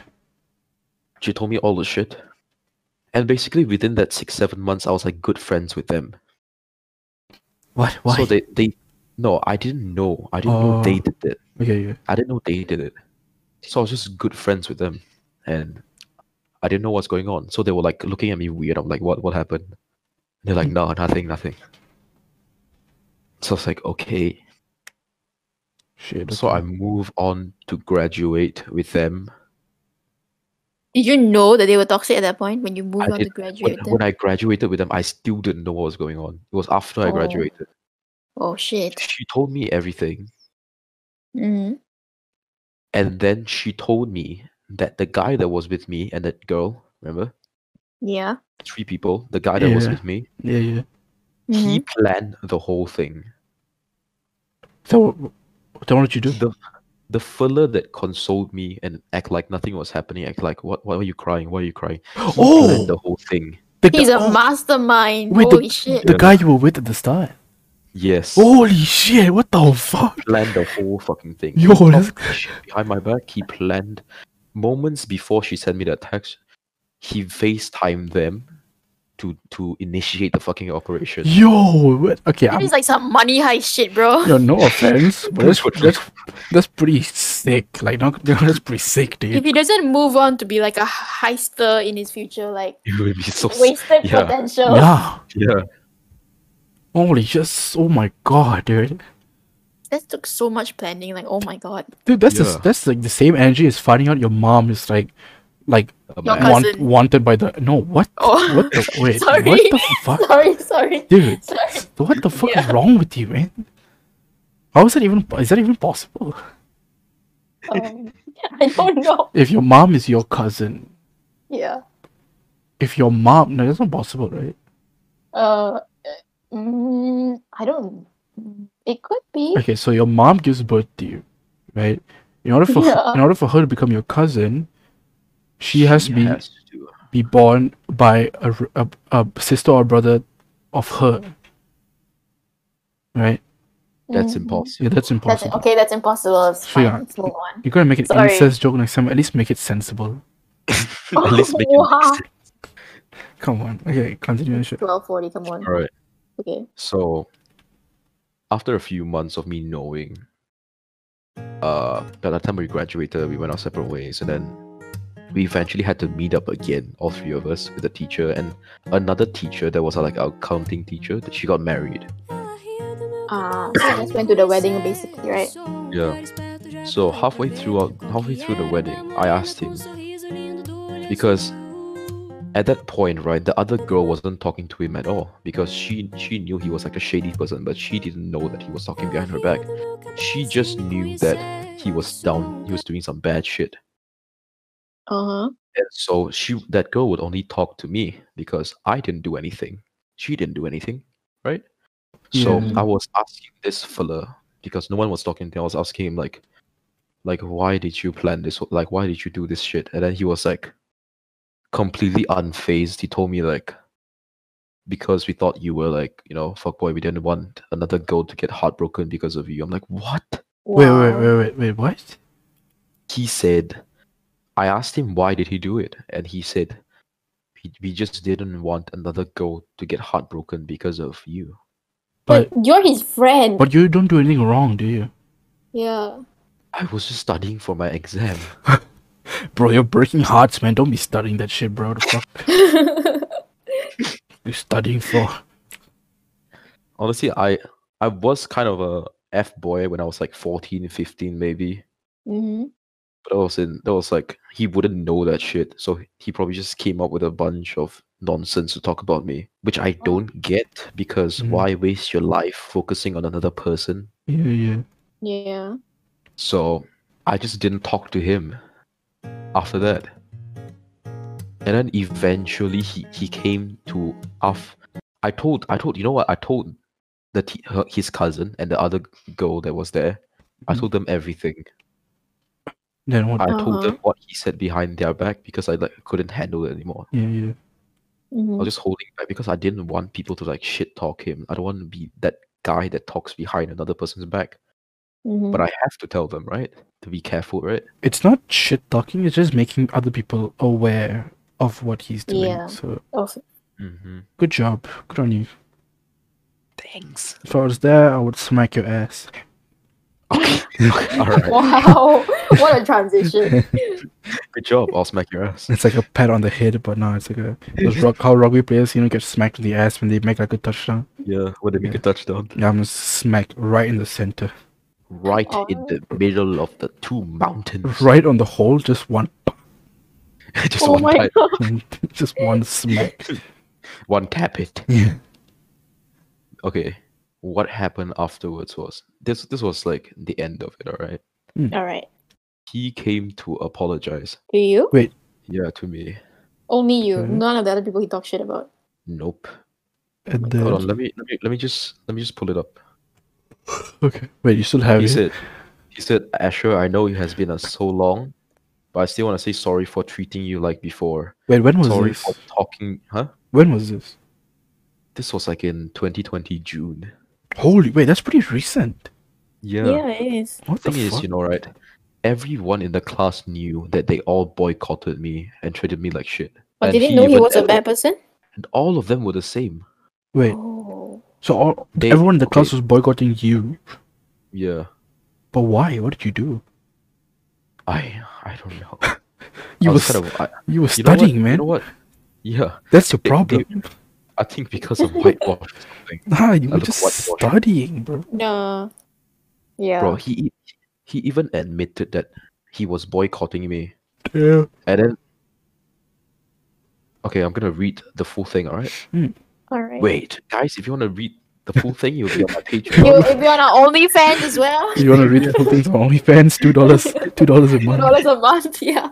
Speaker 1: She told me all the shit, and basically within that six seven months, I was like good friends with them.
Speaker 2: What? Why?
Speaker 1: So they they No, I didn't know. I didn't know they
Speaker 2: Oh.
Speaker 1: did it.
Speaker 2: Okay, yeah.
Speaker 1: I didn't know they did it. So I was just good friends with them, and I didn't know what's going on. So they were like looking at me weird. I'm like, what? What happened? And they're like, no, nothing, nothing. So I was like, okay.
Speaker 2: Shit.
Speaker 1: So
Speaker 2: okay.
Speaker 1: I move on to graduate with them.
Speaker 3: Did you know that they were toxic at that point when you moved
Speaker 1: I
Speaker 3: on to
Speaker 1: did- When,
Speaker 3: graduate? then?
Speaker 1: when I graduated with them, I still didn't know what was going on. It was after I
Speaker 3: Oh.
Speaker 1: graduated.
Speaker 3: oh shit.
Speaker 1: She told me everything,
Speaker 3: Mm.
Speaker 1: and then she told me that the guy that was with me and that girl, remember,
Speaker 3: Yeah.
Speaker 1: three people, the guy that was
Speaker 2: Yeah.
Speaker 1: with me,
Speaker 2: Yeah, yeah.
Speaker 1: he
Speaker 3: Mhm.
Speaker 1: planned the whole thing.
Speaker 2: So, wh- wh- then what did you do?
Speaker 1: The the fella that consoled me and act like nothing was happening, act like what? Why are you crying? Why are you crying? He
Speaker 2: Oh!
Speaker 1: planned the whole thing.
Speaker 2: the
Speaker 3: He's
Speaker 2: guy-
Speaker 3: a mastermind.
Speaker 2: Wait, the-
Speaker 3: Holy shit.
Speaker 2: The guy you were with at the start.
Speaker 1: Yes.
Speaker 2: Holy shit! What the fuck?
Speaker 1: planned the whole fucking thing.
Speaker 2: Yo,
Speaker 1: He
Speaker 2: that's-
Speaker 1: talked shit behind my back, he planned moments before she sent me the text. He FaceTimed them to to initiate the fucking operation.
Speaker 2: Yo. What? Okay.
Speaker 3: That
Speaker 2: I'm,
Speaker 3: is like some money heist shit, bro.
Speaker 2: yo, no offense, but
Speaker 1: That's
Speaker 2: that's,
Speaker 1: what-
Speaker 2: that's that's pretty sick. Like, no, that's pretty sick, dude.
Speaker 3: If he doesn't move on to be like a heister in his future, like
Speaker 1: It would be so s-
Speaker 3: wasted
Speaker 1: yeah.
Speaker 3: potential.
Speaker 2: Yeah.
Speaker 1: yeah.
Speaker 2: Holy just oh my god, dude.
Speaker 3: That took so much planning. Like, oh my god.
Speaker 2: Dude, that's the s
Speaker 1: Yeah.
Speaker 2: that's like the same energy as finding out your mom is like like
Speaker 1: Oh,
Speaker 3: Your
Speaker 1: man.
Speaker 2: want,
Speaker 3: cousin.
Speaker 2: wanted by the no what
Speaker 3: Oh.
Speaker 2: what the wait
Speaker 3: Sorry.
Speaker 2: what the fuck
Speaker 3: sorry, sorry.
Speaker 2: dude
Speaker 3: Sorry.
Speaker 2: what the fuck is
Speaker 3: Yeah.
Speaker 2: wrong with you man how is that even is that even possible
Speaker 3: Um, I don't know.
Speaker 2: if your mom is your cousin
Speaker 3: Yeah.
Speaker 2: if your mom no that's not possible right
Speaker 3: Uh, mm, I don't. It could be.
Speaker 2: okay so your mom gives birth to you right in order for her,
Speaker 3: Yeah.
Speaker 2: in order for her to become your cousin she, has to
Speaker 1: She
Speaker 2: be
Speaker 1: has to.
Speaker 2: be born by a, r- a- a sister or brother of her. Right?
Speaker 1: That's
Speaker 3: Mm.
Speaker 1: impossible.
Speaker 2: Yeah, that's
Speaker 3: That's
Speaker 2: impossible.
Speaker 3: okay. That's impossible. It's
Speaker 2: Sure.
Speaker 3: fine. Let's move on.
Speaker 2: You're gonna make an
Speaker 3: Sorry.
Speaker 2: incest joke next time. At least make it sensible.
Speaker 1: At least make it make
Speaker 3: Wow.
Speaker 1: sense.
Speaker 2: Come on. Okay, continue. and shit.
Speaker 3: Twelve forty. Come on.
Speaker 1: All right.
Speaker 3: Okay.
Speaker 1: So after a few months of me knowing, uh, by the time we graduated, we went our separate ways, and then we eventually had to meet up again, all three of us, with a teacher and another teacher that was uh, like our accounting teacher. That she got married.
Speaker 4: Ah, so you guys went to the wedding basically, right?
Speaker 1: Yeah. So halfway through, halfway through the wedding, I asked him because at that point, right, the other girl wasn't talking to him at all because she she knew he was like a shady person, but she didn't know that he was talking behind her back. She just knew that he was down, he was doing some bad shit.
Speaker 3: Uh huh.
Speaker 1: And so she that girl would only talk to me because I didn't do anything. She didn't do anything, right? So
Speaker 2: Yeah.
Speaker 1: I was asking this fella because no one was talking to him. I was asking him like like why did you plan this like why did you do this shit? And then he was like completely unfazed. He told me like because we thought you were like, you know, fuckboy, we didn't want another girl to get heartbroken because of you. I'm like, what?
Speaker 2: Wait, wait, wait, wait, wait, what?
Speaker 1: he said i asked him why did he do it and he said "We- we just didn't want another girl to get heartbroken because of you
Speaker 2: But
Speaker 3: you're his friend.
Speaker 2: but you don't do anything wrong, do you?
Speaker 3: yeah.
Speaker 1: i was just studying for my exam
Speaker 2: Bro, you're breaking hearts, man. Don't be studying that shit, bro. The fuck you studying for?
Speaker 1: honestly i i was kind of a f boy when i was like 14 15 maybe
Speaker 3: hmm
Speaker 1: but i was in that was like he wouldn't know that shit so he probably just came up with a bunch of nonsense to talk about me which i don't get because
Speaker 2: Mhm.
Speaker 1: why waste your life focusing on another person
Speaker 2: Yeah, yeah.
Speaker 3: Yeah.
Speaker 1: So I just didn't talk to him after that. And then eventually he, he came to af I told I told you know what I told the t- her, his cousin and the other girl that was there. I
Speaker 2: Mhm.
Speaker 1: told them everything.
Speaker 2: Then what?
Speaker 1: I told
Speaker 3: Uh-huh.
Speaker 1: them what he said behind their back because I like couldn't handle it anymore.
Speaker 2: yeah, yeah.
Speaker 1: I
Speaker 3: hmm
Speaker 1: was just holding back because I didn't want people to like shit talk him. I don't want to be that guy that talks behind another person's back.
Speaker 3: Mm-hmm.
Speaker 1: But I have to tell them, right? To be careful, right?
Speaker 2: It's not shit talking. It's just making other people aware of what he's doing.
Speaker 3: Yeah.
Speaker 2: So
Speaker 1: Mm-hmm.
Speaker 2: good job. Good on you.
Speaker 1: Thanks.
Speaker 2: If I was there, I would smack your ass.
Speaker 1: All right.
Speaker 3: Wow, what a transition.
Speaker 1: Good job. I'll smack your ass.
Speaker 2: It's like a pat on the head, but no, it's like a those rock, how rugby players you know get smacked in the ass when they make like a touchdown.
Speaker 1: Yeah, when they make a touchdown.
Speaker 2: Yeah, I'm just smack right in the center,
Speaker 1: Right
Speaker 3: Oh.
Speaker 1: in the middle of the two mountains.
Speaker 2: right on the hole, just one,
Speaker 1: Just
Speaker 3: oh
Speaker 1: one
Speaker 3: my
Speaker 1: tap,
Speaker 3: god.
Speaker 2: just one smack.
Speaker 1: one tap it.
Speaker 2: Yeah.
Speaker 1: Okay. What happened afterwards was this this was like the end of it, alright?
Speaker 3: All right.
Speaker 1: He came to apologize.
Speaker 3: Do you?
Speaker 1: Yeah, to me.
Speaker 3: Only you.
Speaker 2: Okay.
Speaker 3: None of the other people he talked shit about.
Speaker 1: Nope.
Speaker 2: And
Speaker 1: Hold
Speaker 2: then,
Speaker 1: on, let me let me let me just let me just pull it up.
Speaker 2: okay, wait, you still have
Speaker 1: He
Speaker 2: it?
Speaker 1: said he said, Asher, I know it has been uh, so long, but I still wanna say sorry for treating you like before.
Speaker 2: Wait, when was
Speaker 1: sorry
Speaker 2: this?
Speaker 1: for talking huh?
Speaker 2: When was this?
Speaker 1: This was like in twenty twenty June.
Speaker 2: Holy, wait, that's pretty recent.
Speaker 3: Yeah, it is.
Speaker 2: What the
Speaker 1: thing is,
Speaker 2: fuck?
Speaker 1: you know, right? Everyone in the class knew that they all boycotted me and treated me like shit.
Speaker 3: But
Speaker 1: and
Speaker 3: they didn't know he
Speaker 1: even
Speaker 3: was a
Speaker 1: ad-
Speaker 3: bad person?
Speaker 1: And all of them were the same.
Speaker 2: wait,
Speaker 3: Oh.
Speaker 2: so all,
Speaker 1: They-
Speaker 2: everyone in the
Speaker 1: okay.
Speaker 2: class was boycotting you,
Speaker 1: Yeah,
Speaker 2: but why? What did you do?
Speaker 1: I, I don't know. I
Speaker 2: You were
Speaker 1: was
Speaker 2: s-
Speaker 1: kind of, I,
Speaker 2: you were
Speaker 1: you know what-
Speaker 2: studying, man.
Speaker 1: You know what? Yeah,
Speaker 2: That's your
Speaker 1: They- they-
Speaker 2: problem.
Speaker 1: I think because of whitewash or something.
Speaker 2: Nah, you were
Speaker 1: look
Speaker 2: just
Speaker 1: what- what-
Speaker 2: studying, bro.
Speaker 3: No. Yeah.
Speaker 1: Bro, he e- he even admitted that he was boycotting me,
Speaker 2: Yeah.
Speaker 1: and then. Okay, I'm gonna read the full thing. All right.
Speaker 3: All right.
Speaker 1: Wait, guys, if you wanna read the full thing, you'll be on my
Speaker 3: You,
Speaker 1: Patreon.
Speaker 3: if you're on our OnlyFans as well,
Speaker 2: You want to read the whole thing on OnlyFans? Two dollars, two dollars a month.
Speaker 3: dollars a month. Yeah.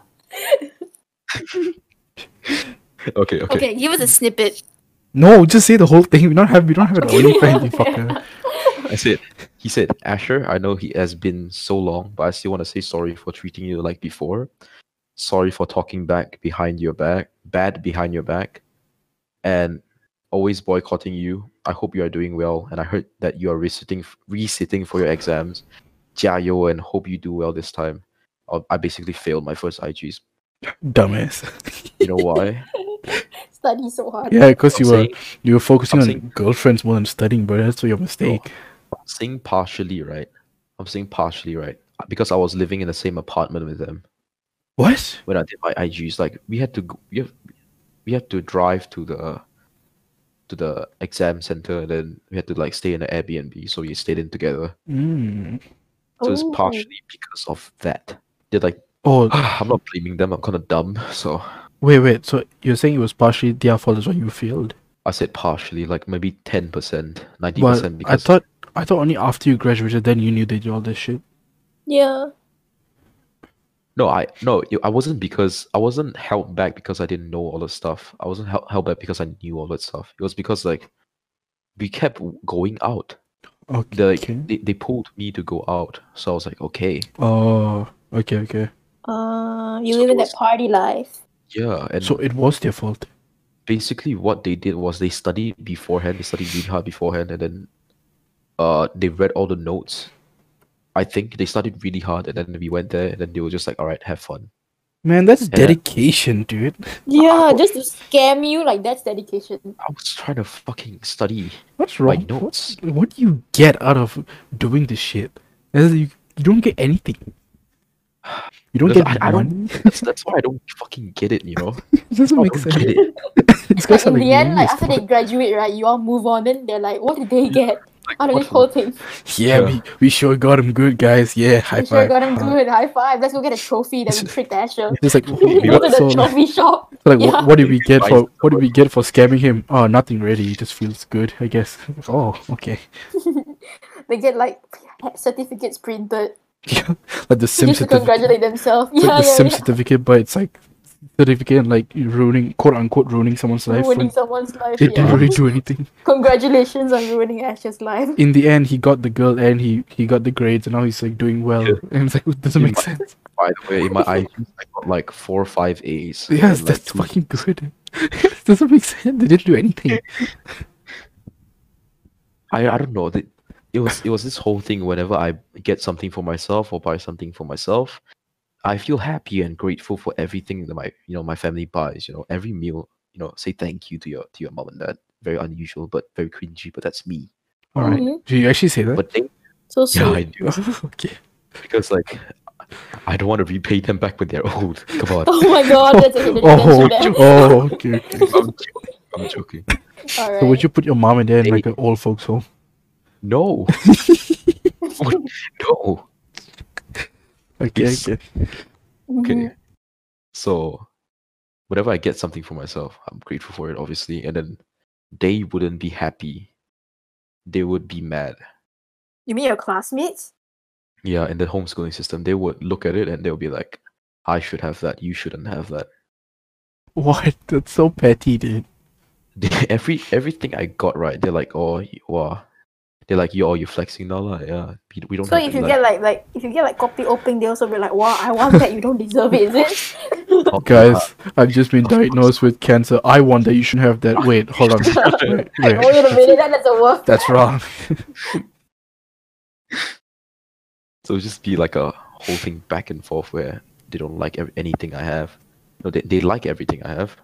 Speaker 1: okay, okay.
Speaker 3: Okay, give us a snippet.
Speaker 2: No, just say the whole thing. We don't have, we don't have an
Speaker 3: Okay.
Speaker 2: OnlyFans, you fucker.
Speaker 1: I said, he said, Asher, I know he has been so long, but I still want to say sorry for treating you like before. Sorry for talking back behind your back, bad behind your back, and always boycotting you. I hope you are doing well, and I heard that you are resitting, resitting for your exams. Jiayou, and hope you do well this time. Uh, I basically failed my first IGs.
Speaker 2: Dumbass.
Speaker 1: You know why?
Speaker 3: Study so hard.
Speaker 2: yeah, because you
Speaker 1: I'm
Speaker 2: were
Speaker 1: saying-
Speaker 2: you were focusing
Speaker 1: I'm
Speaker 2: on
Speaker 1: saying- Oh.
Speaker 2: girlfriends more than studying, bro. That's your mistake.
Speaker 1: I'm saying partially, right? I'm saying partially, right? Because I was living in the same apartment with them.
Speaker 2: What?
Speaker 1: when I did my IGs, like we had to go- we have, we had to drive to the to the exam center, and then we had to like stay in the Airbnb, so we stayed in together.
Speaker 2: Mm.
Speaker 1: So it's
Speaker 3: Ooh.
Speaker 1: partially because of that. They're like, "Ah,
Speaker 2: Oh,
Speaker 1: I'm not blaming them. I'm kind of dumb. So
Speaker 2: wait, wait. So you're saying it was partially their fault is why you failed?
Speaker 1: I said partially, like maybe ten percent, ninety
Speaker 2: But
Speaker 1: percent.
Speaker 2: I
Speaker 1: Because
Speaker 2: thought I thought only after you graduated then you knew they did all this shit.
Speaker 3: Yeah.
Speaker 1: no, I no, it- I wasn't because I wasn't held back because I didn't know all the stuff. I wasn't held, held back because I knew all that stuff. It was because like we kept going out.
Speaker 2: Okay.
Speaker 1: they like they, they pulled me to go out so i was like okay
Speaker 2: Oh, okay, okay.
Speaker 3: Uh, you live in that party life.
Speaker 1: yeah and
Speaker 2: So
Speaker 1: so
Speaker 2: it was their fault.
Speaker 1: basically what they did was they studied beforehand they studied really hard beforehand and then uh they read all the notes i think they studied really hard and then we went there and then they were just like all right have fun
Speaker 2: Man, that's dedication, dude.
Speaker 3: Yeah, just Oh, to scam you like that's dedication.
Speaker 1: i was trying to fucking study
Speaker 2: What's wrong?
Speaker 1: my
Speaker 2: What,
Speaker 1: notes
Speaker 2: what do you get out of doing this shit? That's- You, you don't get anything. You don't
Speaker 1: Because
Speaker 2: get
Speaker 1: I, I
Speaker 2: money.
Speaker 1: don't that's, that's why i don't fucking get it you know
Speaker 2: It doesn't
Speaker 1: I
Speaker 2: make
Speaker 1: don't
Speaker 2: sense.
Speaker 1: get it.
Speaker 2: These
Speaker 3: Like
Speaker 2: guys are
Speaker 3: in
Speaker 2: like,
Speaker 3: the end,
Speaker 2: mean
Speaker 3: like
Speaker 2: as
Speaker 3: after they
Speaker 2: fuck.
Speaker 3: graduate, right? You all move on, then they're like, what did they get out of
Speaker 1: what
Speaker 3: this whole thing?
Speaker 2: yeah,
Speaker 1: Yeah.
Speaker 2: We, we sure got him good, guys. Yeah, high
Speaker 3: We sure
Speaker 2: five.
Speaker 3: got him
Speaker 2: Huh.
Speaker 3: good. High five. Let's go get a trophy that we tricked Asher.
Speaker 2: It's like,
Speaker 3: Go
Speaker 1: we got
Speaker 3: to
Speaker 2: what, so,
Speaker 3: the
Speaker 2: like
Speaker 3: trophy shop.
Speaker 2: what,
Speaker 3: Yeah.
Speaker 2: what did we get for
Speaker 1: Advice.
Speaker 2: what did we get for scamming him? Oh, nothing really. It just feels good, I guess. Oh, okay.
Speaker 3: They get like certificates printed
Speaker 2: Yeah, like the Sim
Speaker 3: just to
Speaker 2: certificate.
Speaker 3: congratulate themselves.
Speaker 2: It's
Speaker 3: Yeah,
Speaker 2: like the
Speaker 3: yeah,
Speaker 2: sim
Speaker 3: yeah.
Speaker 2: certificate, but it's like certificate and like ruining quote unquote ruining someone's life.
Speaker 3: Ruining
Speaker 2: when
Speaker 3: someone's life.
Speaker 2: It didn't
Speaker 3: Yeah.
Speaker 2: really do anything.
Speaker 3: Congratulations on ruining Asher's life.
Speaker 2: In the end, he got the girl and he he got the grades, and now he's like doing well.
Speaker 1: Yeah.
Speaker 2: And it's like it doesn't
Speaker 1: Yeah.
Speaker 2: make sense.
Speaker 1: by the way in my IG, i got like four or five a's
Speaker 2: Yes,
Speaker 1: and, like,
Speaker 2: that's
Speaker 1: two-
Speaker 2: fucking good. it doesn't make sense. They didn't do anything.
Speaker 1: I I don't know. That it was it was this whole thing. Whenever I get something for myself or buy something for myself, I feel happy and grateful for everything that my you know my family buys. You know, every meal. You know, say thank you to your to your mom and dad. Very unusual, but very cringy. But that's me.
Speaker 2: All right.
Speaker 3: Mhm.
Speaker 2: Do you actually say that?
Speaker 1: But they,
Speaker 3: So
Speaker 1: yeah,
Speaker 3: sweet.
Speaker 1: I do
Speaker 2: okay.
Speaker 1: because like I don't want to repay them back when they're old. Come on,
Speaker 3: Oh my god, that's a
Speaker 2: oh,
Speaker 3: hidden
Speaker 2: oh,
Speaker 3: offense
Speaker 2: oh, okay. okay.
Speaker 1: I'm joking. I'm joking.
Speaker 3: for them.
Speaker 2: So would you put your mom and dad in
Speaker 1: Maybe.
Speaker 2: like an old folks home?
Speaker 1: No, no.
Speaker 2: Okay,
Speaker 1: Yes.
Speaker 2: okay.
Speaker 3: Alright.
Speaker 1: Okay.
Speaker 3: Mhm.
Speaker 1: So, whenever I get something for myself, I'm grateful for it, obviously. And then they wouldn't be happy. They would be mad.
Speaker 3: You mean your classmates?
Speaker 1: Yeah, in the homeschooling system, they would look at it and they'll be like, I should have that. You shouldn't have that.
Speaker 2: What? That's so petty, dude.
Speaker 1: They- Every Everything I got right, they're like, oh, y- wow. They're like, yo, you're flexing now. lah, Yeah, we, we don't
Speaker 3: So
Speaker 1: have it
Speaker 3: if you
Speaker 1: like
Speaker 3: get like like if you get like copy open, they also be like, "Wow, I want that. You don't deserve it, is it?"
Speaker 1: that."
Speaker 2: Guys,
Speaker 3: Uh,
Speaker 2: I've just been
Speaker 1: Of course.
Speaker 2: diagnosed with cancer. I want that you shouldn't have that. Wait, hold on. Wait, wait.
Speaker 3: Oh, wait a minute, that doesn't work.
Speaker 2: That's wrong.
Speaker 1: So it'd just be like a whole thing back and forth where they don't like ev- anything I have. No, they, they like everything I have,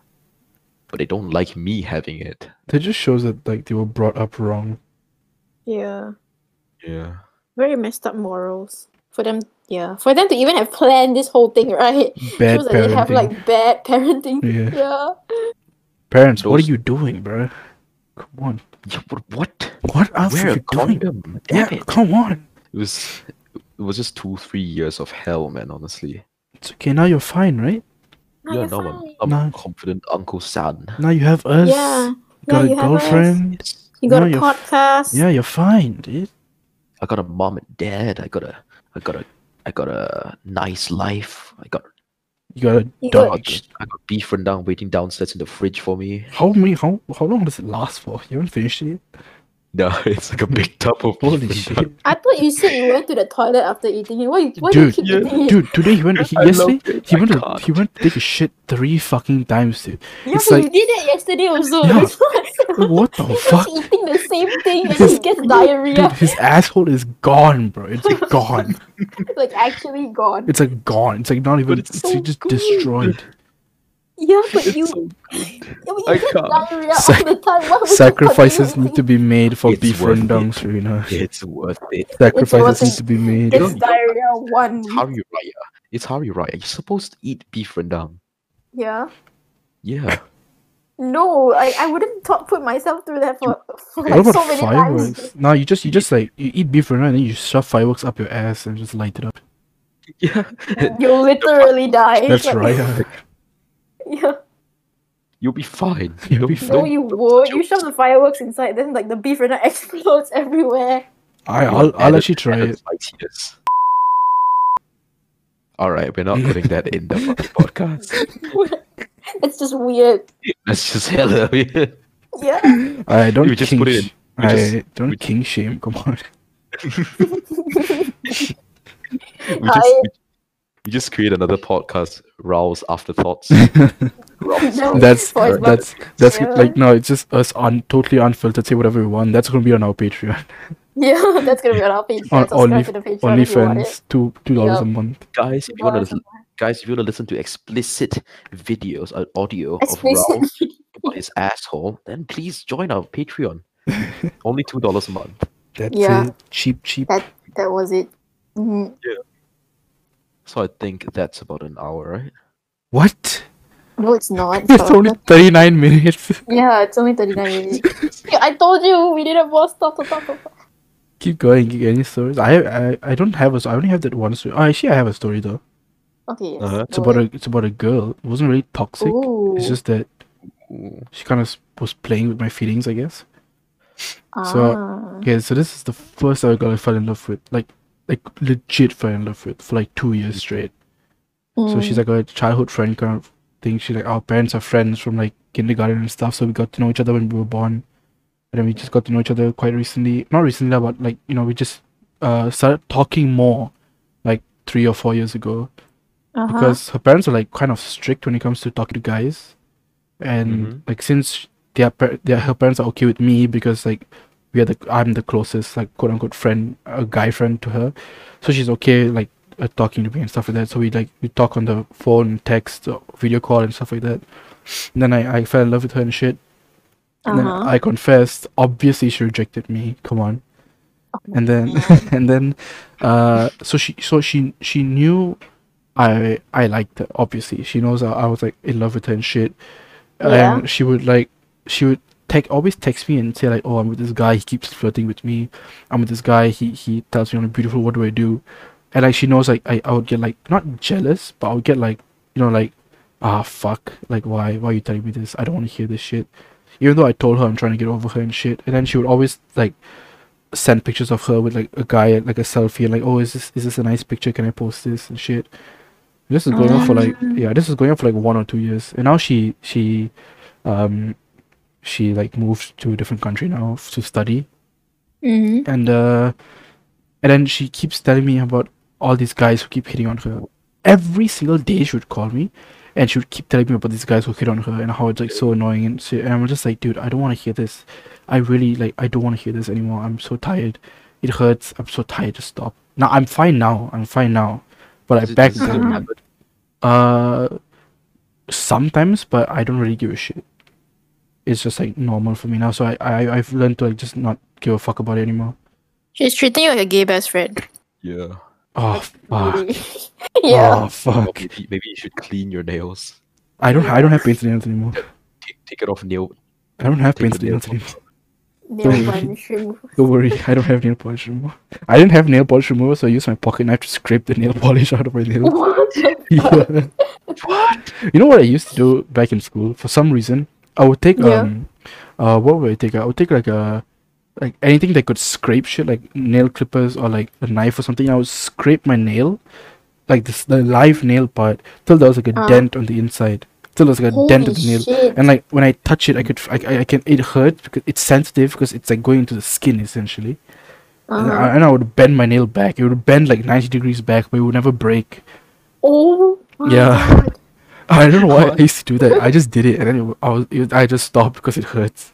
Speaker 1: but they don't like me having it.
Speaker 2: That just shows that like they were brought up wrong.
Speaker 3: Yeah,
Speaker 1: Yeah.
Speaker 3: very messed up morals for them. Yeah, for them to even have planned this whole thing, right?
Speaker 2: Bad
Speaker 3: Shows that they have
Speaker 2: parenting.
Speaker 3: like bad parenting.
Speaker 2: Yeah.
Speaker 3: yeah.
Speaker 2: Parents, what are
Speaker 1: Those-
Speaker 2: you doing, bro? Come on.
Speaker 1: yeah but what?
Speaker 2: What else
Speaker 1: Wear
Speaker 2: are
Speaker 1: a
Speaker 2: you doing?
Speaker 1: condom.
Speaker 2: Yeah,
Speaker 1: Damn it.
Speaker 2: come on.
Speaker 1: It was, it was just two, three years of hell, man. Honestly.
Speaker 2: It's okay. Now you're fine, right?
Speaker 3: No,
Speaker 1: yeah,
Speaker 3: you're
Speaker 1: now
Speaker 3: fine.
Speaker 1: I'm, I'm
Speaker 2: No.
Speaker 1: confident Uncle San.
Speaker 2: Now you have us.
Speaker 3: Yeah.
Speaker 2: You got
Speaker 3: yeah,
Speaker 2: a
Speaker 3: you have us.
Speaker 2: girlfriend.
Speaker 1: Yes.
Speaker 3: You got
Speaker 2: No,
Speaker 3: a
Speaker 2: you're f-
Speaker 3: podcast.
Speaker 2: Yeah, you're fine, dude.
Speaker 1: I got a mom and dad. I got a, I got a, I got a nice life. I got,
Speaker 2: You got a
Speaker 3: You got-
Speaker 1: I
Speaker 2: dog.
Speaker 1: got, I got beef rendang waiting downstairs in the fridge for me.
Speaker 2: How many? How how long does it last for? You haven't finished it. yet?
Speaker 1: No, it's like a big tub of beef
Speaker 2: Holy
Speaker 1: rendang.
Speaker 2: shit,
Speaker 3: I thought you said you went to the toilet after eating it. Why you why
Speaker 2: dude!
Speaker 3: do you keep eating it?
Speaker 2: Dude, today he went. He,
Speaker 1: I love
Speaker 2: yesterday
Speaker 1: it.
Speaker 2: he
Speaker 1: I
Speaker 2: went. To,
Speaker 1: can't.
Speaker 2: he went to take a shit three fucking times, dude.
Speaker 3: yeah,
Speaker 2: it's
Speaker 3: but you
Speaker 2: like-
Speaker 3: did that yesterday also.
Speaker 2: Yeah.
Speaker 3: That's why-
Speaker 2: Like, what the
Speaker 3: He's
Speaker 2: fuck?
Speaker 3: eating the same thing and
Speaker 2: This-
Speaker 3: he gets
Speaker 2: Dude,
Speaker 3: diarrhea.
Speaker 2: his asshole is gone, bro. It's like gone.
Speaker 3: like actually gone.
Speaker 2: It's like gone. It's like not even.
Speaker 1: it's
Speaker 2: It's,
Speaker 1: so
Speaker 2: just
Speaker 1: good.
Speaker 2: destroyed.
Speaker 3: Yeah, but
Speaker 1: It's
Speaker 3: you,
Speaker 1: so good.
Speaker 3: yeah, but you
Speaker 1: I
Speaker 3: get
Speaker 1: can't.
Speaker 3: diarrhea
Speaker 2: Sac-
Speaker 3: all the time. Why would you
Speaker 2: Sacrifices
Speaker 3: continue
Speaker 2: need to be made for
Speaker 1: It's
Speaker 2: beef
Speaker 1: worth it.
Speaker 2: rendang, Serena.
Speaker 1: It's worth it.
Speaker 2: Sacrifices
Speaker 3: it.
Speaker 2: need to be made.
Speaker 3: eating
Speaker 1: You know,
Speaker 3: it? It's diarrhea one.
Speaker 1: It's Hari Raya. It's Hari Raya. You're supposed to eat beef rendang.
Speaker 3: Yeah.
Speaker 1: Yeah.
Speaker 3: No, I, I wouldn't top put myself through that for, for
Speaker 2: What
Speaker 3: like
Speaker 2: about
Speaker 3: so many
Speaker 2: fireworks?
Speaker 3: times.
Speaker 2: No, you just you just like you eat beef rendang and then you shove fireworks up your ass and just light it up.
Speaker 1: Yeah.
Speaker 3: You literally die.
Speaker 2: That's
Speaker 3: Like,
Speaker 2: right.
Speaker 3: Yeah.
Speaker 1: You'll be fine.
Speaker 2: You'll
Speaker 1: Don't-
Speaker 2: be
Speaker 3: No,
Speaker 1: don't-
Speaker 3: you would. You shove the fireworks inside, then like the beef rendang explodes everywhere.
Speaker 2: I, I'll, I'll
Speaker 1: Added-
Speaker 2: actually try
Speaker 1: added
Speaker 2: it.
Speaker 1: spiciness. All right, we're not putting that in the fucking podcast.
Speaker 3: It's just weird.
Speaker 1: That's just hella weird.
Speaker 3: Yeah.
Speaker 2: I don't
Speaker 1: You just
Speaker 2: king
Speaker 1: put it
Speaker 2: sh-
Speaker 1: in. You
Speaker 2: I
Speaker 1: just-
Speaker 2: don't
Speaker 1: we-
Speaker 2: king shame. Come on.
Speaker 1: We just,
Speaker 3: I-
Speaker 1: we, we just create another podcast, Rao's Afterthoughts. Rao's
Speaker 3: No.
Speaker 1: Afterthoughts.
Speaker 2: That's
Speaker 3: For his
Speaker 2: uh, that's that's
Speaker 3: Yeah.
Speaker 2: like no, it's just us un- totally unfiltered. Say whatever we want. That's gonna be on our Patreon.
Speaker 3: Yeah, that's gonna be on our page.
Speaker 2: on only
Speaker 3: Subscribe to the Patreon
Speaker 2: only
Speaker 3: if you want it.
Speaker 2: fans two two dollars
Speaker 3: Yeah.
Speaker 2: a month.
Speaker 1: Guys, if you want to
Speaker 3: Awesome.
Speaker 1: guys, if you want to listen to explicit videos and audio of Rao
Speaker 3: Explicit.
Speaker 1: about his asshole, then please join our Patreon. Only two dollars a month.
Speaker 2: That's
Speaker 3: Yeah.
Speaker 2: it. Cheap, cheap.
Speaker 3: That that was it. Mm,
Speaker 1: So I think that's about an hour, right?
Speaker 2: What?
Speaker 3: No, it's not.
Speaker 2: It's
Speaker 3: Sorry.
Speaker 2: only thirty nine minutes.
Speaker 3: Yeah, it's only thirty nine minutes. Yeah, I told you we didn't have more stuff to talk about.
Speaker 2: Keep going. Keep any stories? I, I I don't have a. s- I only have that one story. Oh, actually, I have a story though.
Speaker 3: Okay. Yes.
Speaker 1: Uh-huh.
Speaker 2: It's about a. It's about a girl. It wasn't really toxic.
Speaker 3: Ooh.
Speaker 2: It's just that
Speaker 1: Ooh.
Speaker 2: she kind of was playing with my feelings, I guess. so-
Speaker 3: ah.
Speaker 2: Okay, so this is the first other girl I fell in love with, like, like legit fell in love with for like two years straight.
Speaker 3: Ah.
Speaker 2: So
Speaker 3: Mm.
Speaker 2: she's like a childhood friend kind of thing. She like our parents are friends from like kindergarten and stuff. So we got to know each other when we were born, and then we just got to know each other quite recently. Not recently, lah, but like you know, we just uh started talking more, like three or four years ago
Speaker 3: uh
Speaker 2: because her parents are like kind of strict when it comes to talking to guys, and
Speaker 1: Mhm.
Speaker 2: like since their par- their her parents are okay with me because like we are the I'm the closest like quote unquote friend a guy friend to her, so she's okay like uh, talking to me and stuff like that. So we like we talk on the phone, text, uh, video call and stuff like that. And then I I fell in love with her and shit, And then
Speaker 3: Uh-huh.
Speaker 2: I confessed. Obviously, she rejected me. Come on.
Speaker 3: Oh my
Speaker 2: And then,
Speaker 3: God.
Speaker 2: and then, uh, so she, so she, she knew, I, I liked her. Obviously, she knows I, I was like in love with her and shit.
Speaker 3: Yeah.
Speaker 2: And she would like, she would text, always text me and say like, oh, I'm with this guy. He keeps flirting with me. I'm with this guy. He, he tells me I'm beautiful. What do I do? And like, she knows like I, I would get like not jealous, but I would get like, you know, like, ah, fuck, like why, why are you telling me this? I don't want to hear this shit even though I told her I'm trying to get over her and shit, and then she would always like send pictures of her with like a guy like a selfie and like, oh, is this is this a nice picture? Can I post this and shit? This is going on for like yeah, this is going on for like one or two years, and now she she, um, she like moved to a different country now f- to study,
Speaker 3: Mhm.
Speaker 2: and uh, and then she keeps telling me about all these guys who keep hitting on her. Every single day she would call me, and she would keep telling me about these guys who hit on her and how it's like so annoying. And, so, and I'm just like, dude, I don't want to hear this. I really like, I don't want to hear this anymore. I'm so tired. It hurts. I'm so tired to stop. Now I'm fine now. I'm fine now, but I back
Speaker 1: does it
Speaker 2: then.
Speaker 1: happen?
Speaker 2: Uh, sometimes, but I don't really give a shit. It's just like normal for me now. So I, I I've learned to like just not give a fuck about it anymore.
Speaker 3: She's treating you like a gay best friend.
Speaker 1: Yeah.
Speaker 2: Oh fuck!
Speaker 3: yeah.
Speaker 2: Oh fuck!
Speaker 1: Maybe, maybe you should clean your nails.
Speaker 2: I don't I don't have painted nails anymore.
Speaker 1: Take, take it off nail.
Speaker 2: I don't have
Speaker 1: Take
Speaker 2: painted
Speaker 1: the nail
Speaker 2: nails
Speaker 1: polish.
Speaker 2: anymore.
Speaker 3: Nail
Speaker 2: Don't-
Speaker 3: polish remover.
Speaker 2: Don't worry, I don't have nail polish remover. I didn't have nail polish remover, so I used my pocket knife to scrape the nail polish out of my nails. what? You know what I used to do back in school? For some reason, I would take
Speaker 3: Yeah.
Speaker 2: um, uh, what would I take? I would take like a, like anything that could scrape shit, like nail clippers or like a knife or something. I would scrape my nail, like this the live nail part, till there was like a
Speaker 3: Ah.
Speaker 2: dent on the inside, till there was like a dent on
Speaker 3: Holy
Speaker 2: the nail.
Speaker 3: shit.
Speaker 2: And like when I touch it, I could, f- I, I- I can, it hurt because it's sensitive because it's like going into the skin essentially. And, I,
Speaker 3: Uh-huh.
Speaker 2: and I would bend my nail back. It would bend like ninety degrees back, but it would never break.
Speaker 3: Oh. my
Speaker 2: Yeah.
Speaker 3: God.
Speaker 2: I don't know
Speaker 3: Uh-huh.
Speaker 2: why I used to do that. I just did it, and then it, I was, it, I just stopped because it hurts.